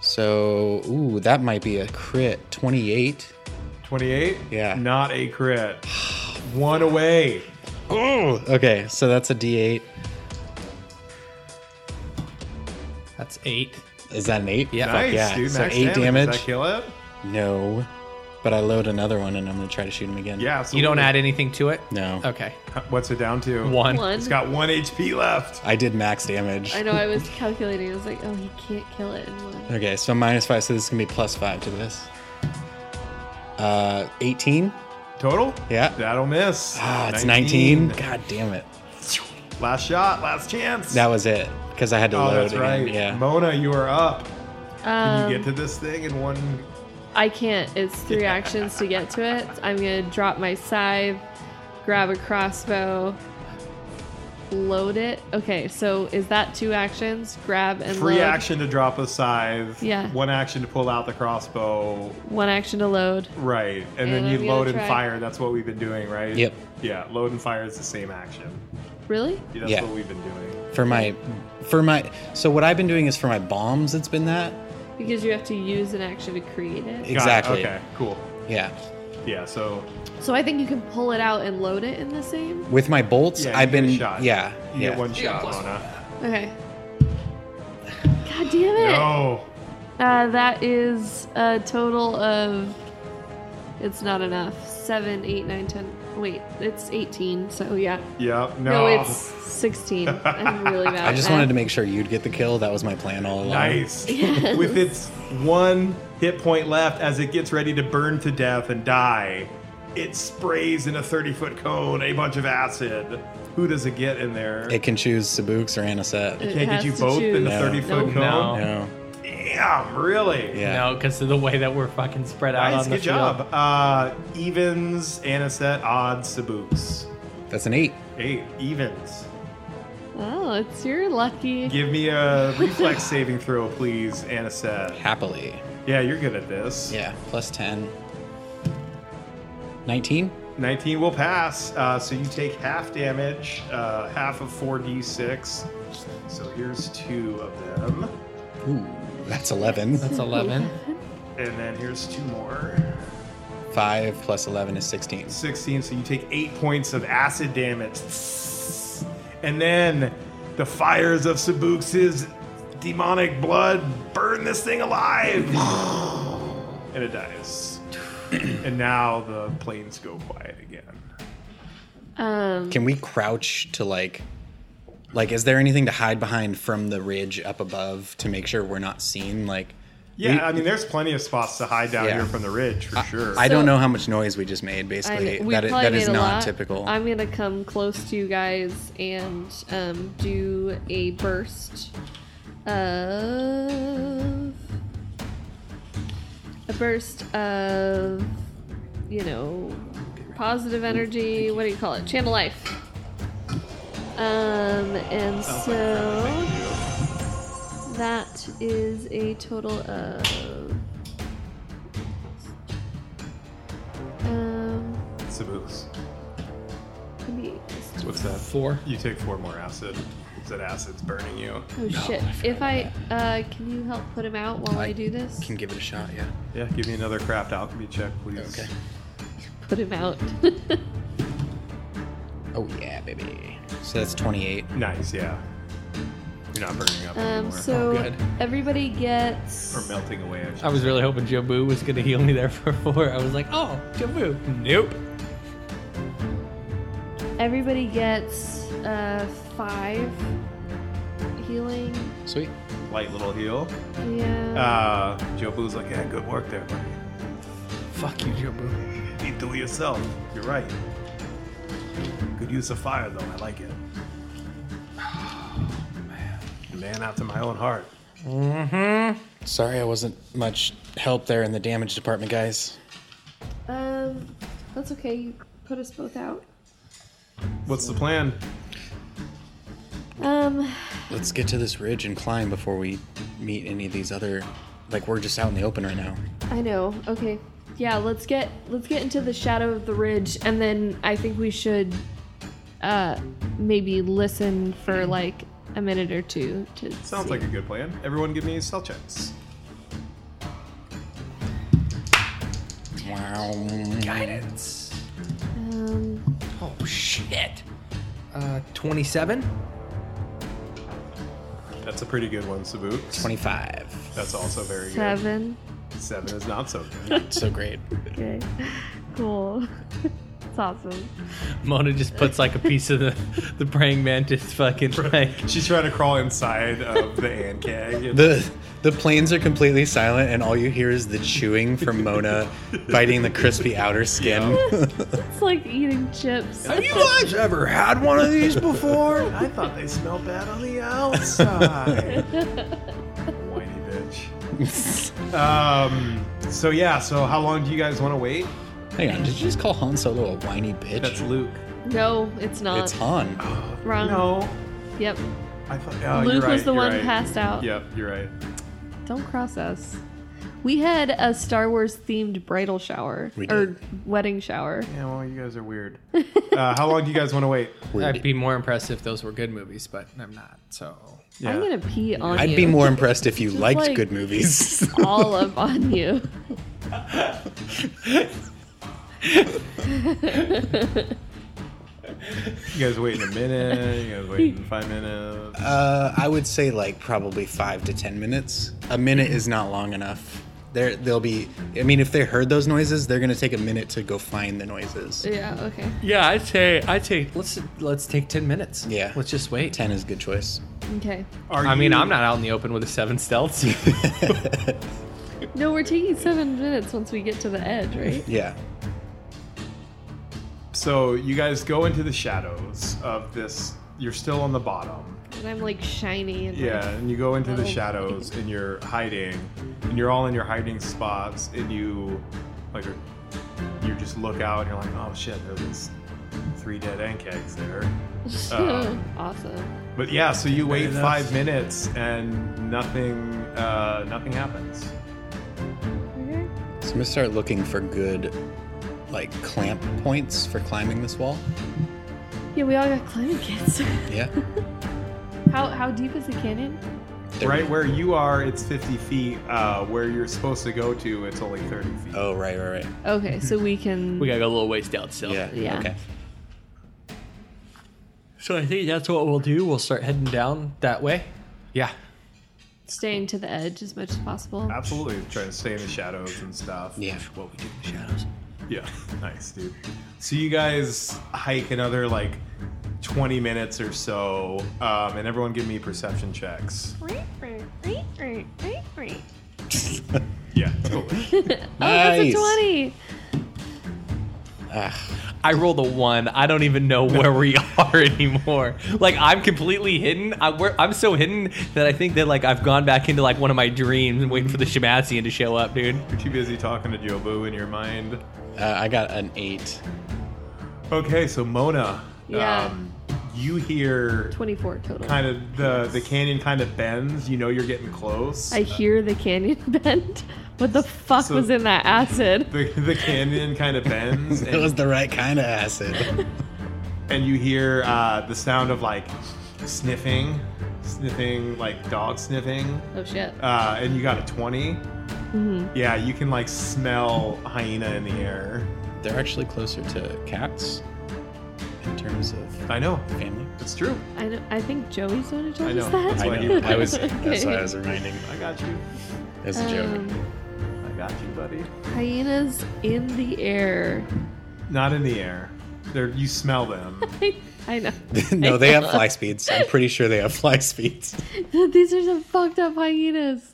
C: So ooh, that might be a crit. 28.
B: 28?
C: Yeah.
B: Not a crit. One away.
C: Oh. Okay. So that's a D8.
H: That's eight.
C: Is that an eight?
H: Yeah.
C: Fuck
B: Nice,
C: yeah.
B: dude.
C: so
B: Max
C: eight
B: damage.
C: damage.
B: Does that kill it?
C: No. But I load another one and I'm gonna try to shoot him again.
B: Yeah.
H: You don't
B: absolutely.
H: add anything to it?
C: No.
H: Okay.
B: What's it down to?
H: One.
D: One.
B: It's got one HP left.
C: I did max damage.
D: I know. I was calculating. I was like, oh, he can't kill it in one.
C: Okay, so minus five, so this is gonna be plus five to this. Uh, 18.
B: Total?
C: Yeah.
B: That'll miss.
C: Ah, it's 19. God damn it.
B: Last shot, last chance.
C: That was it, because I had to
B: oh,
C: load
B: that's
C: again.
B: right.
C: Yeah.
B: Mona, you are up. Can
D: Um,
B: you get to this thing in one?
D: I can't. It's three actions to get to it. I'm gonna drop my scythe, grab a crossbow, load it. Okay, so is that two actions? Grab and
B: Free
D: load.
B: action to drop a scythe.
D: Yeah.
B: One action to pull out the crossbow.
D: One action to load.
B: Right. And,
D: And
B: then you
D: on the
B: load
D: other
B: and
D: track-
B: fire. That's what we've been doing, right?
C: Yep.
B: Yeah. Load and fire is the same action.
D: Really?
B: That's
C: Yeah.
B: what we've been doing.
C: For my, for my, so what I've been doing is for my bombs, it's been that
D: Because you have to use an action to create it.
B: Got it.
C: exactly.
B: Okay. Cool.
C: Yeah.
B: Yeah. So
D: So I think you can pull it out and load it in the same.
C: With my bolts,
B: Yeah, you
C: I've
B: get a
C: been
B: shot.
C: yeah
B: you
C: yeah
B: get one
E: got
B: shot,
E: plus
B: Lana.
D: Okay. God damn it!
B: No.
D: Uh, that is a total of. It's not enough. Seven, eight, nine, ten. Wait, it's 18, so yeah.
B: Yep. No.
D: No, it's 16. I'm really bad.
C: I just wanted to make sure you'd get the kill. That was my plan all along.
B: Nice. With its one hit point left, as it gets ready to burn to death and die, it sprays in a 30 foot cone a bunch of acid. Who does it get in there?
C: It can choose Sabuks or Anisette.
D: It
B: Can't
D: has
B: get you
D: to
B: both in the
D: choose.
C: No.
B: 30 foot cone?
D: Nope.
H: No.
C: No.
B: Damn, really?
C: Yeah.
E: No, because of the way that we're fucking spread out
B: Nice,
E: on the
B: good
E: field.
B: job. Uh, evens, Anisette, odds, Sabuks.
C: That's an eight.
B: Eight, evens.
D: Oh, it's your lucky.
B: Give me a reflex saving throw, please, Anisette.
C: Happily.
B: Yeah, you're good at this.
C: Yeah. Plus 10. 19?
B: 19 will pass. Uh, so you take half damage, uh, half of 4d6. So here's two of them.
C: Ooh, that's 11.
H: That's 11.
B: And then here's two more.
C: 5 plus 11 is 16.
B: 16. So you take eight points of acid damage. And then the fires of Sabuks' demonic blood burn this thing alive. and it dies. and now the planes go quiet again.
D: Um,
C: Can we crouch to like. Like, is there anything to hide behind from the ridge up above to make sure we're not seen? Like,
B: Yeah, I mean, there's plenty of spots to hide down
C: Yeah.
B: here from the ridge for sure.
C: I don't
D: So-
C: know how much noise we just made,
D: I
C: basically.
D: know- we
C: That i-
D: probably
C: that
D: made
C: is
D: a
C: not
D: lot.
C: typical.
D: I'm gonna come close to you guys and um, do a burst of a burst of you know positive energy. What do you call it? Channel life. Um, and so that is a total of. Um,
B: Sabuks.
D: could be-
B: What's that?
H: Four.
B: You take four more acid. That acid's burning you.
D: Oh shit! if I uh, can you help put him out while I, do this?
C: Can give it a shot, yeah.
B: Yeah, give me another craft alchemy check, please.
C: Okay.
D: Put him out.
C: Oh, yeah, baby. So that's 28.
B: Nice, yeah. You're not burning up
D: um,
B: anymore.
D: so
H: good.
D: everybody gets.
B: or melting away, I should
H: I was really hoping Jabu was going to heal me there for four. I was like, oh, Jabu. Nope.
D: Everybody gets uh, five healing.
C: Sweet.
B: Light little heal.
D: Yeah.
B: Uh, Jobu's like, yeah, good work there, buddy.
H: Fuck you, Jabu.
B: You do it yourself. You're right. Good use of fire, though. I like it. A man after my own heart.
C: Sorry I wasn't much help there in the damage department, guys.
D: um, that's okay. You put us both out.
B: What's the plan?
D: Um,
C: Let's get to this ridge and climb before we meet any of these other. Like, we're just out in the open right now.
D: I know. Okay. Yeah, let's get let's get into the shadow of the ridge and then I think we should uh maybe listen for like a minute or two to
B: Sounds
D: see.
B: like a good plan. Everyone, give me cell checks.
C: Wow.
H: Guidance.
D: um
H: Oh, shit. Uh, 27.
B: That's a pretty good one, Sabu.
C: 25.
B: That's also very good.
D: seven.
B: Seven is not so good.
C: So great.
D: Okay. Cool. It's awesome.
H: Mona just puts like a piece of the, the praying mantis fucking like.
B: She's trying to crawl inside of the ant keg.
C: The the planes are completely silent, and all you hear is the chewing from Mona biting the crispy outer skin.
D: It's like eating chips.
H: you guys ever had one of these before?
B: I thought they smelled bad on the outside. Whiny bitch. Um. So yeah. So how long do you guys want to wait?
C: Hang on, did you just call Han Solo a whiny bitch?
B: That's Luke.
D: No, it's not.
C: It's Han.
D: Wrong.
B: No,
D: Yep.
B: I thought oh,
D: Luke
B: you're
D: was
B: right,
D: the
B: you're
D: one
B: right.
D: passed out.
B: Yep, you're right.
D: Don't cross us. We had a Star Wars themed bridal shower
C: We
D: or
C: did.
D: wedding shower.
B: Yeah, well, you guys are weird. uh, how long do you guys want to wait?
C: Weird.
H: I'd be more impressed if those were good movies, but I'm not. So
B: Yeah.
D: I'm gonna pee on
C: I'd
D: you.
C: be more impressed if you
D: Just
C: liked
D: like-
C: good movies.
D: all up on you.
B: You guys waiting a minute? You guys waiting five minutes?
C: Uh, I would say like probably five to ten minutes. A minute is not long enough. There, they'll be. I mean, if they heard those noises, they're gonna take a minute to go find the noises.
D: Yeah. Okay.
H: yeah, I'd say I'd say let's let's take ten minutes.
C: Yeah.
H: let's just wait.
C: Ten is a good choice.
D: Okay.
B: Are
H: I mean,
B: you-
H: I'm not out in the open with a seven stealth.
D: No, we're taking seven minutes once we get to the edge, right?
C: yeah.
B: So you guys go into the shadows of this. You're still on the bottom.
D: And I'm like shiny and
B: Yeah, and you go into the
D: Oh.
B: shadows and you're hiding, and you're all in your hiding spots, and you, like, you just look out and you're like, oh shit, there's three dead end kegs there.
D: like,
B: Uh.
D: awesome.
B: But yeah, so you wait five minutes and nothing, uh, nothing happens.
D: Okay.
C: So I'm gonna start looking for good, like clamp points for climbing this wall.
D: Yeah, we all got climbing kits.
C: Yeah.
D: how how deep is the canyon?
C: Thirty.
B: Right where you are, it's 50 feet. Uh, where you're supposed to go to, it's only 30 feet.
C: Oh right, right, right.
D: Okay, so we can.
H: we gotta go a little ways down
E: Oh,
H: still.
C: Yeah.
D: Yeah.
C: Okay.
H: So I think that's what we'll do. We'll start heading down that way. Yeah.
D: staying to the edge as much as possible.
B: Absolutely, trying to stay in the shadows and stuff.
C: Yeah.
H: What we do in the shadows.
B: Yeah, nice, dude. So you guys hike another like 20 minutes or so, um, and everyone give me perception checks. Yeah, totally.
D: Oh, that's a
C: Nice.
D: twenty.
C: Ah,
H: I rolled a one. I don't even know where we are anymore. Like I'm completely hidden. I, we're, I'm so hidden that I think that like I've gone back into like one of my dreams and waiting for the Shematsian to show up, dude.
B: You're too busy talking to Jobu in your mind.
C: uh, I got an eight.
B: Okay, so Mona,
D: Yeah.
B: um, you hear
D: Twenty-four total.
B: kind of the the canyon kind of bends. You know you're getting close.
D: I hear the canyon bend. What the fuck
B: So-
D: was in that acid?
B: the, the canyon kind of bends,
C: It
B: and
C: was the right kind of acid.
B: and you hear uh, the sound of like sniffing, sniffing like dog sniffing.
D: Oh shit.
B: uh, and you got a 20
D: Mm-hmm.
B: yeah you can like smell hyena in the air
C: They're actually closer to cats in terms of
B: i know
C: family.
B: it's true
D: I, know, I think Joey's the one who told
B: I know.
D: us that.
B: That's
C: I
B: why
C: know.
B: you-
C: I was. That's
D: Okay.
C: why I was reminding.
B: i got you
C: It's a joke.
D: Um,
B: i got you buddy
D: hyenas in the air.
B: not in the air They're, you smell them
D: I know.
C: no, they have fly speeds. I'm pretty sure they have fly speeds.
D: These are some fucked up hyenas.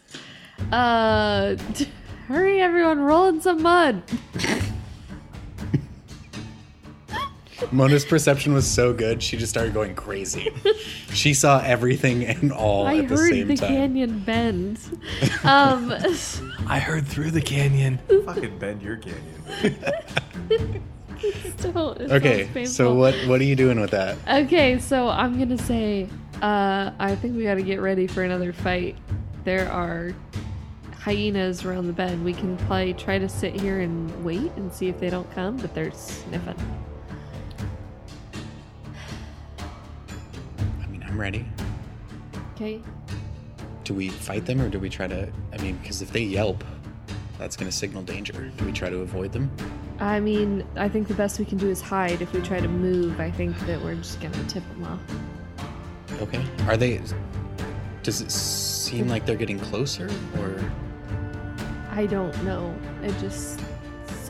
D: Uh, hurry, everyone, roll in some mud.
C: Mona's perception was so good, she just started going crazy. she saw everything and all
D: I
C: at the
D: heard
C: same
D: the
C: time.
D: canyon bend. Um,
H: I heard through the canyon.
B: fucking bend your canyon
D: don't- it sounds
C: Okay, so
D: painful.
C: what what are you doing with that?
D: Okay, so I'm gonna say, uh, I think we gotta get ready for another fight. There are hyenas around the bend. We can probably try to sit here and wait and see if they don't come, but they're sniffing.
C: I mean, I'm ready.
D: Okay.
C: Do we fight them or do we try to? I mean, because if they yelp, that's gonna signal danger. Do we try to avoid them?
D: I mean, I think the best we can do is hide. If we try to move, I think that we're just gonna tip them off.
C: Okay. Are they? Does it seem like they're getting closer, or
D: I don't know. It just,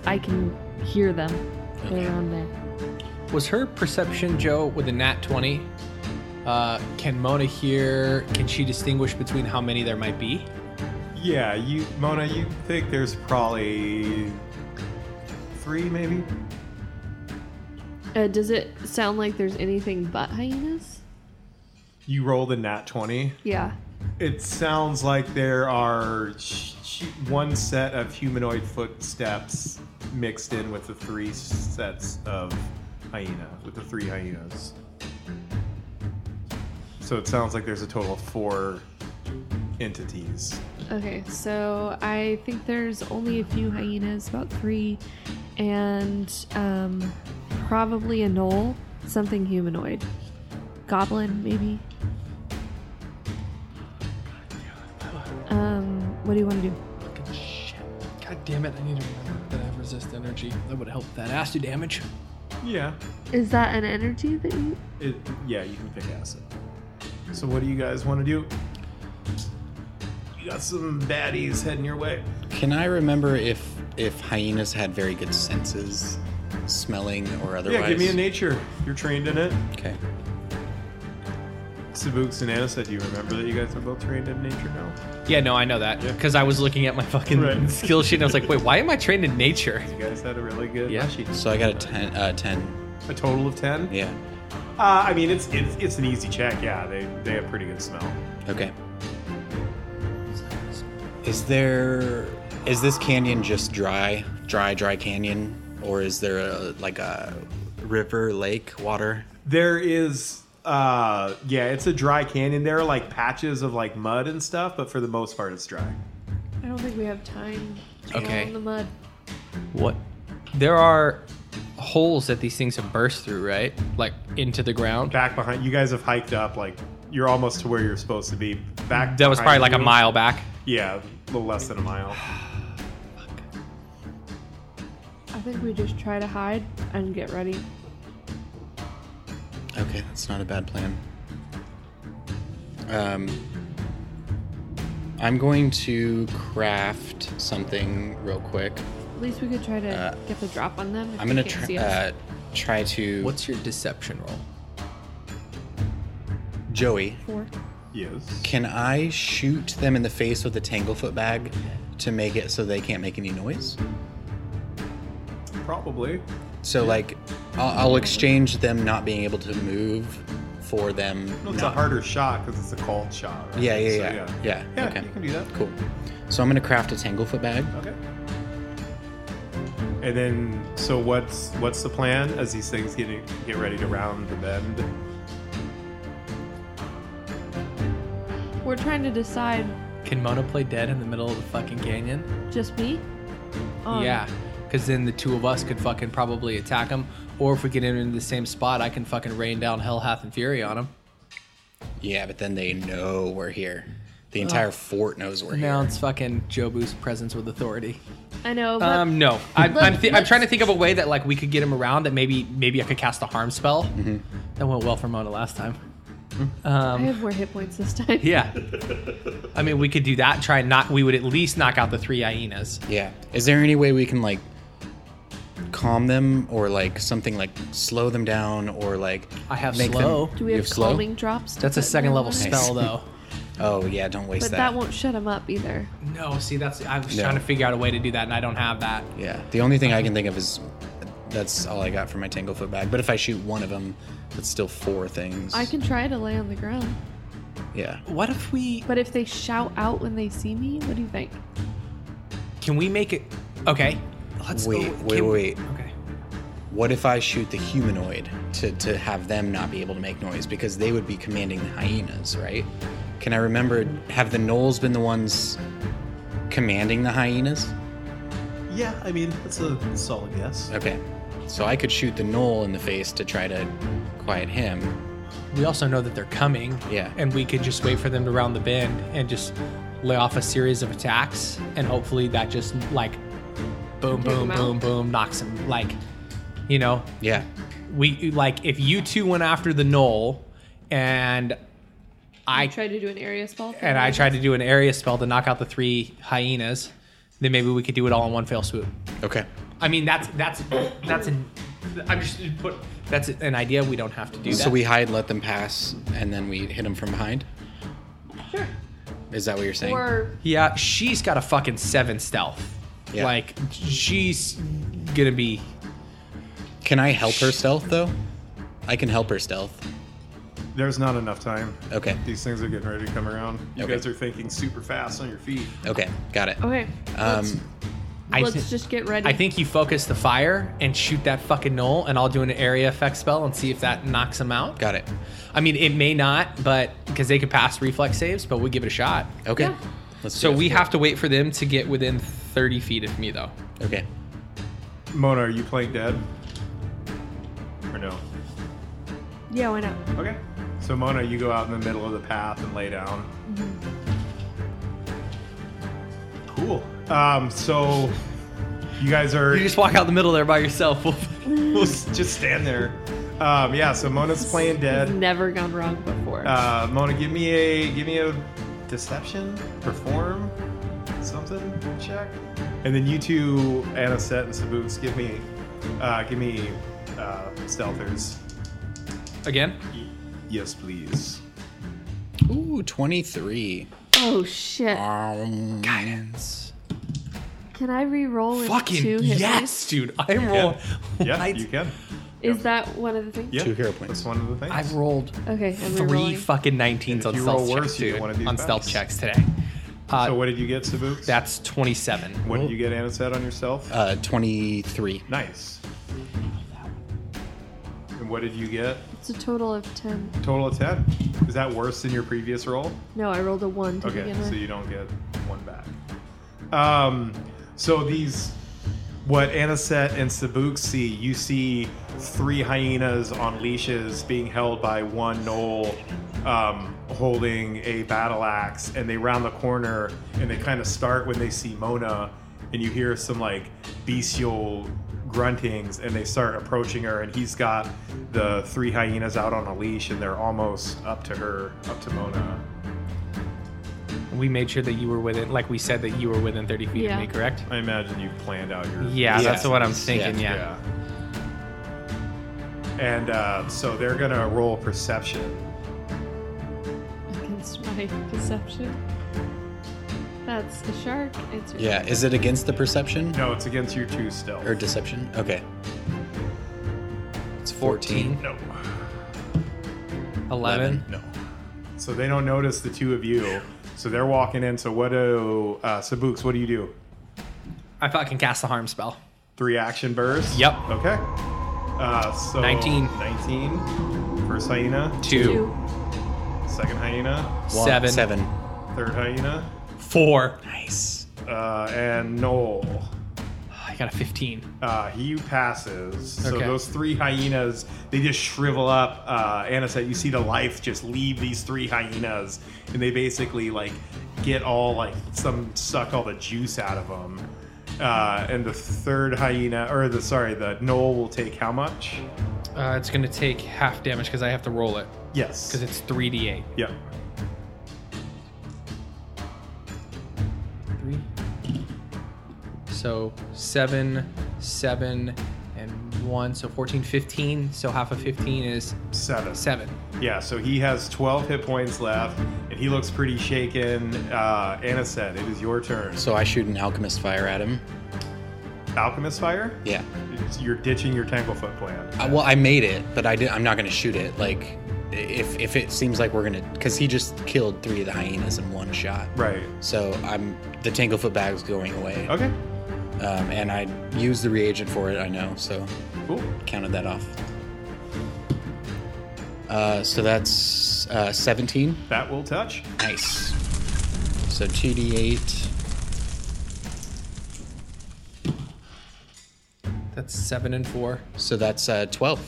D: I can hear them.
C: Okay.
D: They're around there.
H: Was her perception, Joe, with a nat 20? Uh, can Mona hear? Can she distinguish between how many there might be?
B: yeah you mona you think there's probably three maybe
D: Uh, does it sound like there's anything but hyenas?
B: you rolled a nat 20
D: Yeah.
B: It sounds like there are sh- sh- one set of humanoid footsteps mixed in with the three sets of hyena, with the three hyenas. So it sounds like there's a total of four entities.
D: Okay, so I think there's only a few hyenas, about three, and um, probably a knoll, something humanoid. Goblin, maybe. Um, what do you want to do?
I: Fucking shit. God damn it, I need to remember that I have resist energy. That would help that acid damage.
B: Yeah.
D: Is that an energy that you.
B: It, yeah, you can pick acid. So what do you guys want to do? You got some baddies heading your way.
C: Can I remember if if hyenas had very good senses, smelling or otherwise?
B: Yeah, give me a nature. You're trained in it.
C: Okay.
B: Sabooks and Anna said, "Do you remember that you guys are both trained in nature now?"
E: Yeah, no, I know that
B: Yeah.
E: because I was looking at my fucking
B: Right.
E: skill sheet and I was like, wait, why am I trained in nature?
B: You guys had a really good.
E: Yeah.
C: So I got a ten. Uh, ten.
B: A total of ten.
C: Yeah.
B: Uh, I mean, it's, it's it's an easy check. Yeah, they they have pretty good smell.
C: Okay. Is there is this canyon just dry, dry, dry canyon, or is there a like a river, lake, water?
B: There is, uh, yeah, it's a dry canyon. There are like patches of like mud and stuff, but for the most part, it's dry.
D: I don't think we have time to go
E: Okay.
D: in the mud.
E: What? There are holes that these things have burst through, right? Like into the ground.
B: Back behind you guys have hiked up like you're almost to where you're supposed to be. Back
E: That was probably
B: behind
E: like a
B: you-
E: mile back.
B: Yeah, a little less than a mile.
D: I think we just try to hide and get ready.
C: Okay, that's not a bad plan. Um, I'm going to craft something real quick.
D: At least we could try to
C: Uh,
D: get the drop on them. If
C: I'm
D: they
C: gonna
D: can't
C: try
D: see us.
C: uh, try to.
E: What's your deception roll?
C: Joey?
D: Four.
B: Yes.
C: Can I shoot them in the face with a tanglefoot bag to make it so they can't make any noise?
B: Probably.
C: So like, I'll, I'll exchange them not being able to move for them.
B: No, it's
C: not-
B: a harder shot because it's a cold shot. Right?
C: Yeah, yeah,
B: So,
C: yeah, yeah.
B: Yeah,
C: okay,
B: you can do that.
C: cool. So I'm gonna craft a tanglefoot bag.
B: Okay. And then, so what's what's the plan as these things get get ready to round the bend?
D: We're trying to decide
E: Can Mona play dead in the middle of the fucking canyon?
D: just me? Um,
E: Yeah. Because then the two of us could fucking probably attack them. Or if we get in in the same spot, I can fucking rain down hell, hath, and fury on them.
C: Yeah, but then they know we're here. The entire fort knows we're
E: Now
C: here.
E: it's fucking Jobu's presence with authority.
D: I know, but
E: Um, no. I,
D: Let-
E: I'm, th- I'm
D: let's-
E: trying to think of a way that like we could get him around. That maybe maybe I could cast a harm spell. That went well for Mona last time.
D: I have more hit points this time.
E: Yeah. I mean, we could do that. Try and knock. We would at least knock out the three hyenas.
C: Yeah. Is there any way we can like calm them or like something like slow them down or like
E: I have
C: make them-
E: slow.
D: Do we
C: You
D: have
C: slow?
D: calming drops? to
E: That's a
D: put
E: second
D: them
E: level
D: on?
E: spell, though.
C: Oh yeah, don't waste
D: But that won't shut them up either.
E: No, see, that's I was
C: No.
E: trying to figure out a way to do that, and I don't have that.
C: Yeah. The only thing I can think of is that's all I got for my tanglefoot bag. But if I shoot one of them, that's still four things.
D: I can try to lay on the ground.
C: Yeah.
E: What if we
D: But if they shout out when they see me, what do you think?
E: can we make it? Okay. Let's
C: Wait,
E: oh,
C: wait,
E: can-
C: wait.
E: Okay.
C: What if I shoot the humanoid to to have them not be able to make noise because they would be commanding the hyenas, right? Can I remember? Have the gnolls been the ones commanding the hyenas?
B: Yeah, I mean that's a solid guess.
C: Okay. So I could shoot the gnoll in the face to try to quiet him.
E: We also know that they're coming.
C: Yeah.
E: And we could just wait for them to round the bend and just lay off a series of attacks. And hopefully that just like boom,
D: Take
E: boom,
D: them
E: boom,
D: out.
E: boom, knocks them. Like, you know,
C: Yeah.
E: we like if you two went after the knoll and I
D: try to do an area spell. thing?
E: and I tried to do an area spell to knock out the three hyenas, then maybe we could do it all in one fail swoop.
C: Okay.
E: I mean that's that's that's an I'm just put that's an idea we don't have to do that.
C: So we hide, let them pass, and then we hit them from behind. Sure. Is that what you're saying?
D: Or
E: Yeah, she's got a fucking seven stealth.
C: Yeah.
E: Like she's gonna be.
C: Can I help her stealth though? I can help her stealth.
B: There's not enough time.
C: Okay.
B: These things are getting ready to come around. You
C: Okay.
B: guys are thinking super fast on your feet.
C: Okay. Got it.
D: okay,
C: Um,
E: I
D: Let's
E: thi-
D: just get ready.
E: I think you focus the fire and shoot that fucking knoll, and I'll do an area effect spell and see if that knocks him out.
C: Got it.
E: I mean, it may not, but because they could pass reflex saves, but we give it a shot.
C: Okay.
D: Yeah.
C: Let's
E: So
C: do it.
E: we have to wait for them to get within 30 feet of me, though.
C: Okay.
B: Mona, are you playing dead? Or no?
D: Yeah, why not?
B: Okay. So Mona, you go out in the middle of the path and lay down. Mm-hmm. Cool. Um, so you guys are
E: You just walk out the middle there by yourself.
B: we'll s- just stand there. Um, yeah. So Mona's playing
D: It's
B: dead.
D: never gone wrong before.
B: Uh, Mona, give me a give me a deception, perform something check, and then you two, Anisette and Saboos, give me uh, give me uh, stealthers.
E: Again?
B: Yes, please.
C: Ooh, 23.
D: oh shit!
C: Um, Guidance.
D: Can I re-roll it? two
E: Fucking
D: hit
E: yes, dude. I rolled.
B: Yeah,
E: I,
B: you can.
D: points? Is that one of the things?
B: Yeah,
C: Two hero points.
B: That's one of the things.
E: I rolled
D: Okay, I'm
E: three
D: re-rolling.
E: fucking 19s
B: If
E: on
B: you
E: stealth
B: roll
E: checks,
B: worse, you get
E: dude.
B: one of these
E: On stealth
B: backs.
E: checks today. Uh,
B: so what did you get, Sabook?
E: that's 27.
B: what did you get, Anisette, on yourself?
C: Uh, 23.
B: nice. And what did you get?
D: It's a total of ten.
B: Total of ten. Is that worse than your previous roll?
D: No, I rolled a one to
B: Okay,
D: begin with.
B: so you don't get one back. Um, so these, what Anisette and Sabuk see, you see three hyenas on leashes being held by one knoll um, holding a battle axe, and they round the corner and they kind of start when they see Mona, and you hear some like bestial gruntings, and they start approaching her, and he's got the three hyenas out on a leash, and they're almost up to her, up to Mona.
E: We made sure that you were within, like we said, that you were within 30 feet
D: Yeah.
E: of me, correct?
B: I imagine you planned out your.
E: Yeah, that's
C: Yeah.
E: what I'm thinking. Yeah.
B: Yeah. And uh, so they're gonna roll perception.
D: Against my deception. That's a shark. It's your-
C: Yeah. Is it against the perception
B: No, it's against your two stealth.
C: or deception? Okay. It's 14.
B: no.
E: 11.
C: No.
B: So they don't notice the two of you. So they're walking in. So what do uh, Sabuks? What do you do?
E: I fucking cast the harm spell.
B: Three action bursts.
E: Yep.
B: Okay. Uh, so
E: 19.
B: 19. First hyena.
E: Two,
D: Two.
B: Second hyena.
C: One-
E: Seven.
C: Seven.
B: Third hyena.
E: four.
C: Nice.
B: Uh, and Noel.
E: I got a 15.
B: Uh, he passes. So
E: Okay.
B: those three hyenas, they just shrivel up. Uh, Anna said, "You see the life just leave these three hyenas, and they basically like get all like some suck all the juice out of them." Uh, and the third hyena, or the sorry, the knoll will take how much?
E: Uh, it's going to take half damage because I have to roll it
B: Yes.
E: because it's 3d8.
B: yeah.
E: Three. So seven, seven, and one. So 14, 15. So half of 15 is
B: Seven.
E: seven.
B: Yeah, so he has 12 hit points left, and he looks pretty shaken. Uh, Anna said, "It is your turn."
C: So I shoot an alchemist fire at him.
B: Alchemist fire.
C: Yeah.
B: It's- You're ditching your Tanglefoot plan.
C: Uh, well, I made it, but I did, I'm not going to shoot it. Like, if if it seems like we're going to, because he just killed three of the hyenas in one shot.
B: Right.
C: So I'm the tanglefoot bag's going away,
B: Okay.
C: um, and I used the reagent for it. I know, so
B: Cool.
C: counted that off. Uh, so that's uh, 17.
B: That will touch.
C: Nice. So 2d8.
E: That's seven and four.
C: So that's uh, 12.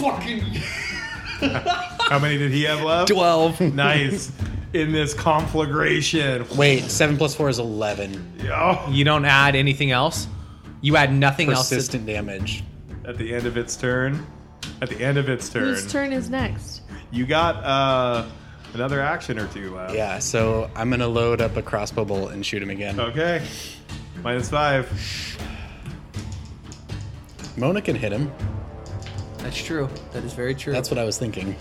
B: How many did he have left?
C: 12.
B: Nice. In this conflagration.
C: Wait, 7 plus 4 is 11.
B: Oh,
E: You don't add anything else? You add nothing else. to-
C: Persistent damage.
B: at the end of its turn. At the end of its turn.
D: Whose turn is next?
B: You got uh, another action or two left.
C: Yeah, so I'm going to load up a crossbow bolt and shoot him again.
B: Okay. Minus five.
C: Mona can hit him.
E: That's true. That is very true.
C: That's what I was thinking.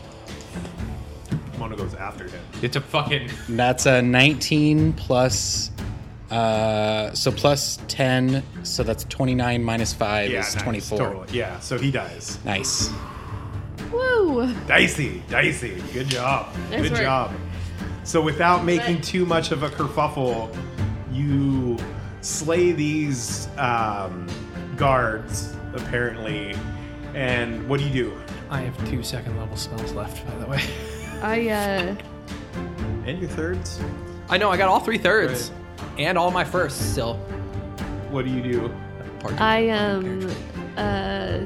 B: Mona goes after him.
E: It's a fucking.
C: And that's a 19 plus. Uh, so plus 10, so that's 29 minus 5
B: Yeah,
C: is
B: nice.
C: 24.
B: Totally. Yeah, so he dies.
C: Nice.
D: Woo!
B: Dicey, dicey. Good job.
D: Nice
B: Good
D: work.
B: job. So without making
D: But-
B: too much of a kerfuffle, you slay these um, guards, apparently. And what do you do?
E: I have two second level spells left, by the way.
H: I uh
B: And your thirds?
D: I know I got all three thirds and all my firsts still.
B: What do you do?
D: Pardon.
H: I um uh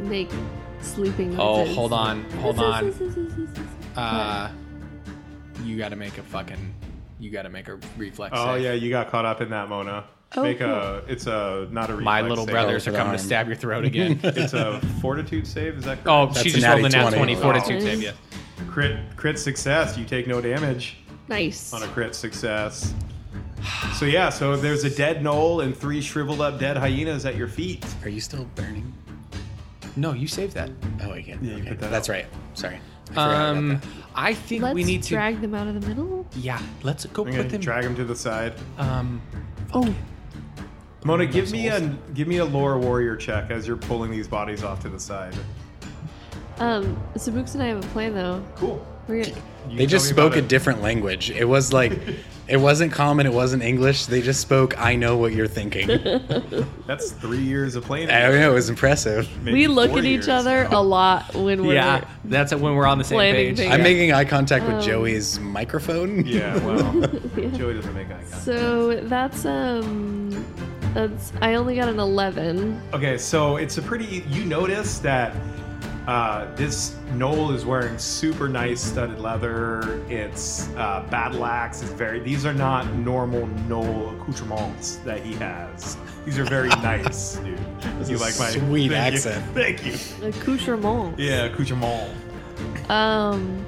H: make sleeping.
E: Oh,
H: noises.
E: hold on, hold on. Uh, you got to make a fucking, you got to make a reflex.
B: Oh
E: save.
B: yeah, you got caught up in that, Mona.
H: Oh,
B: Make a. It's a not a.
E: My
B: reflex
E: little
B: save.
E: brothers are
C: for the
E: coming to
C: arm.
E: stab your throat again.
B: It's a fortitude save. Is that correct?
E: oh,
C: That's
E: she
C: a
E: just rolled a
C: natty
E: nat
C: 20.
E: 20 fortitude save. Yeah.
B: crit crit success. You take no damage
H: Nice.
B: on a crit success. So yeah, so there's a dead knoll and three shriveled up dead hyenas at your feet.
C: Are you still burning?
E: No, you saved that.
C: Oh, I can't.
B: Yeah, you
C: Okay,
B: put that
C: That's
B: out.
C: right. Sorry. I forgot about
E: Um,
C: that.
E: I think
H: Let's
E: we need to.
H: drag them out of the middle.
E: yeah, let's go
B: I'm
E: put
B: gonna
E: them.
B: drag them to the side.
E: um,
H: Oh,
B: Mona, give me a give me a lore warrior check as you're pulling these bodies off to the side.
H: um, Sabuks and I have a plan though.
B: Cool.
H: We're gonna,
B: You
C: They
B: tell
C: just
B: me about
C: spoke a
B: it.
C: different language. It was like, it wasn't common. It wasn't English. They just spoke. I know what you're thinking. I
B: That's three years of playing.
C: don't know. It was impressive.
B: Maybe
H: we look
B: four
H: at each
B: years.
H: other a lot when we're
E: yeah, that's when we're on the same
H: Planning
E: page.
H: things.
C: I'm making eye contact with
H: Um,
C: Joey's microphone.
B: Yeah. Well,
H: Yeah.
B: Joey doesn't make eye contact.
H: So that's um, that's I only got an eleven.
B: Okay, so it's a pretty. You notice that uh, this Knoll is wearing super nice studded leather. It's uh, battle axe. It's very. These are not normal Knoll accoutrements that he has. These are very nice, dude. you
C: is
B: like my
C: sweet
B: thank you.
C: accent.
B: Thank you.
H: Accoutrement.
B: Yeah, accoutrement.
H: Um,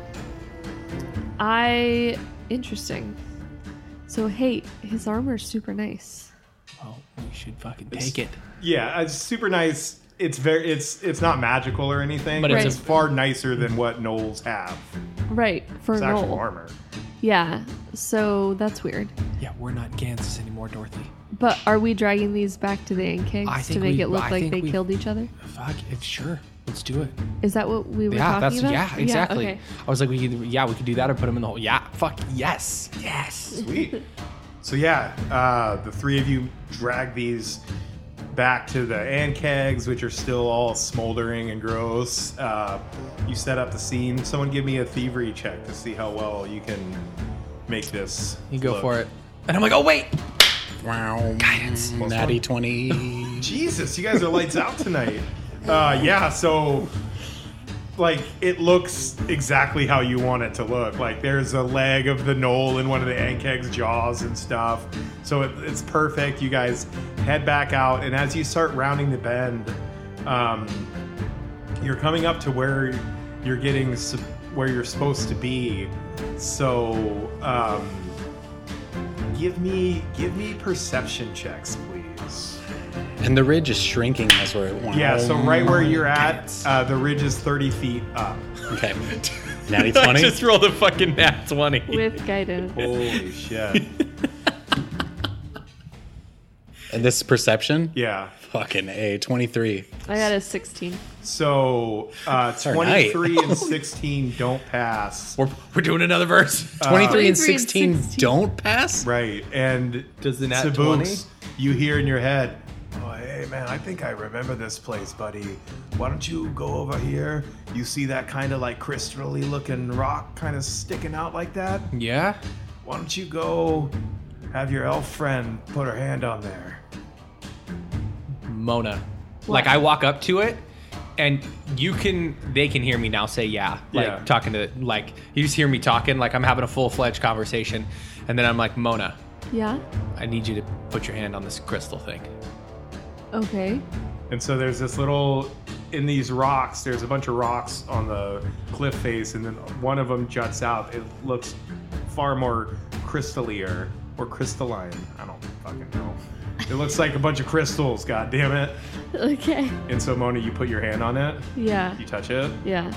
H: I interesting. So hey, his armor's super nice.
E: Oh, we should fucking take it.
B: Yeah, uh, it's super nice. It's very. It's it's not magical or anything.
E: But
B: But
E: it's
B: it's
H: a-
B: far nicer than what Knolls have.
H: Right for
B: It's
H: an
B: actual
H: old.
B: armor.
H: Yeah. So that's weird.
E: Yeah, we're not Kansas anymore, Dorothy.
H: But are we dragging these back to the
E: I
H: Ankegs to
E: think
H: make
E: we-
H: it look
E: I
H: like
E: think
H: they
E: we-
H: killed each other?
E: Fuck it, sure. Let's do it.
H: Is that what we were
E: yeah, that's
H: talking about?
E: yeah, exactly.
H: okay.
E: I was like, we could, yeah, we could do that or put him in the hole. Yeah, fuck yes, yes.
B: Sweet. So yeah, uh, the three of you drag these back to the ant kegs, which are still all smoldering and gross. Uh, you set up the scene. Someone give me a thievery check to see how well you can make this.
E: You go
B: look.
E: for it. And I'm like, oh wait,
C: Wow.
E: Guidance.
C: Natty 20.
B: Jesus, you guys are lights out tonight. Uh, yeah, so like it looks exactly how you want it to look. Like there's a leg of the knoll in one of the Ankeg's jaws and stuff. So it, it's perfect. You guys head back out, and as you start rounding the bend, um, you're coming up to where you're getting s- where you're supposed to be. So um, give me give me perception checks, please.
C: And the ridge is shrinking as we're.
B: Yeah, so right where you're at, uh, the ridge is 30 feet up.
C: Oh, Okay. Natty 20.
E: rolled a fucking nat twenty.
H: With guidance.
B: Holy shit.
C: And this is perception?
B: Yeah.
C: Fucking A. 23.
H: I got a 16.
B: So uh,
C: our night.
B: 23 and 16 don't pass.
E: We're, we're doing another verse.
C: 23
H: 23
C: and
H: and
C: 16
H: 16.
C: don't pass?
B: Uh, Right. And
E: Does the nat
B: Cebuks,
E: 20?
B: you hear in your head, Oh, hey, man, I think I remember this place, buddy. Why don't you go over here? You see that kind of like crystally looking rock kind of sticking out like that?
E: Yeah.
B: Why don't you go have your elf friend put her hand on there?
E: Mona. Like I walk up to it and you can they can hear me now say yeah. Like
B: Yeah.
E: talking to like you just hear me talking like I'm having a full-fledged conversation and then I'm like Mona,
H: Yeah?
E: I need you to put your hand on this crystal thing.
H: Okay.
B: And so there's this little in these rocks. There's a bunch of rocks on the cliff face, and then one of them juts out. It looks far more crystallier or crystalline. I don't fucking know. It looks like a bunch of crystals. God damn it!
H: Okay.
B: And so Mona, you put your hand on it.
H: Yeah.
B: You touch it.
H: Yeah.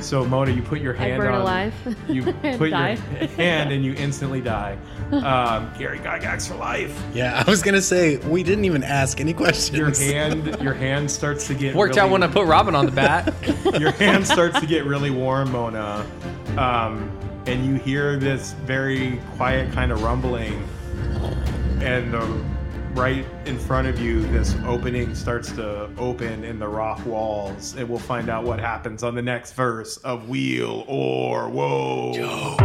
B: So Mona, you put your
H: I
B: hand
H: burn
B: on.
H: alive
B: You
H: and
B: put
H: die.
B: your hand and you instantly die. Um, Gary Gygax for life.
C: Yeah, I was going to say, we didn't even ask any questions.
B: Your hand, your hand starts to get
E: Worked out
B: really-
E: when I put Robin on the bat.
B: your hand starts to get really warm, Mona, um, and you hear this very quiet kind of rumbling, and the right in front of you, this opening starts to open in the rock walls, and we'll find out what happens on the next verse of Wheel or Whoa.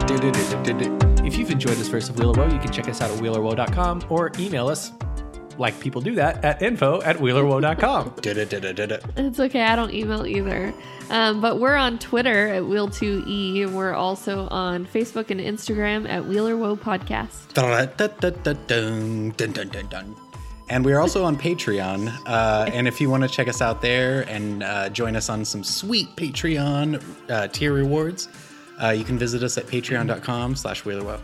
E: If you've enjoyed this verse of Wheel or Woe, you can check us out at wheelerwoe.com or email us, like people do that, at info at wheelerwoe.com.
H: It's okay. I don't email either. Um, but we're on Twitter at Wheel2E. and We're also on Facebook and Instagram at Wheeler Woe Podcast.
C: And we're also on Patreon. Uh, and if you want to check us out there and uh, join us on some sweet Patreon uh, tier rewards, uh, you can visit us at patreon.com slash wheelerwow.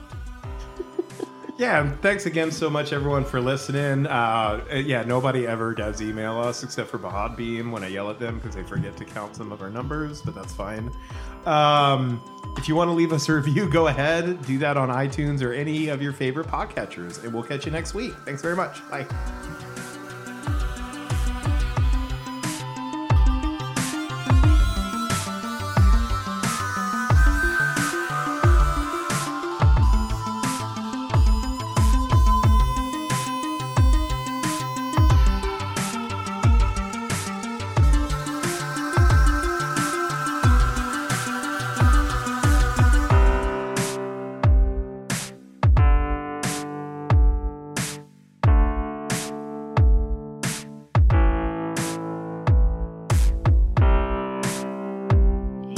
B: Yeah, and thanks again so much, everyone, for listening. Uh, uh, yeah, nobody ever does email us except for Bahad Beam when I yell at them because they forget to count some of our numbers, but that's fine. Um, if you want to leave us a review, go ahead. Do that on iTunes or any of your favorite podcatchers, and we'll catch you next week. Thanks very much. Bye.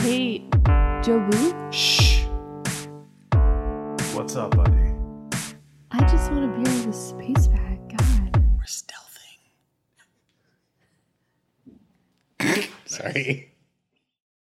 H: Hey, Jobu,
B: What's up, buddy?
H: I just want to be on this space bag. God.
C: Sorry.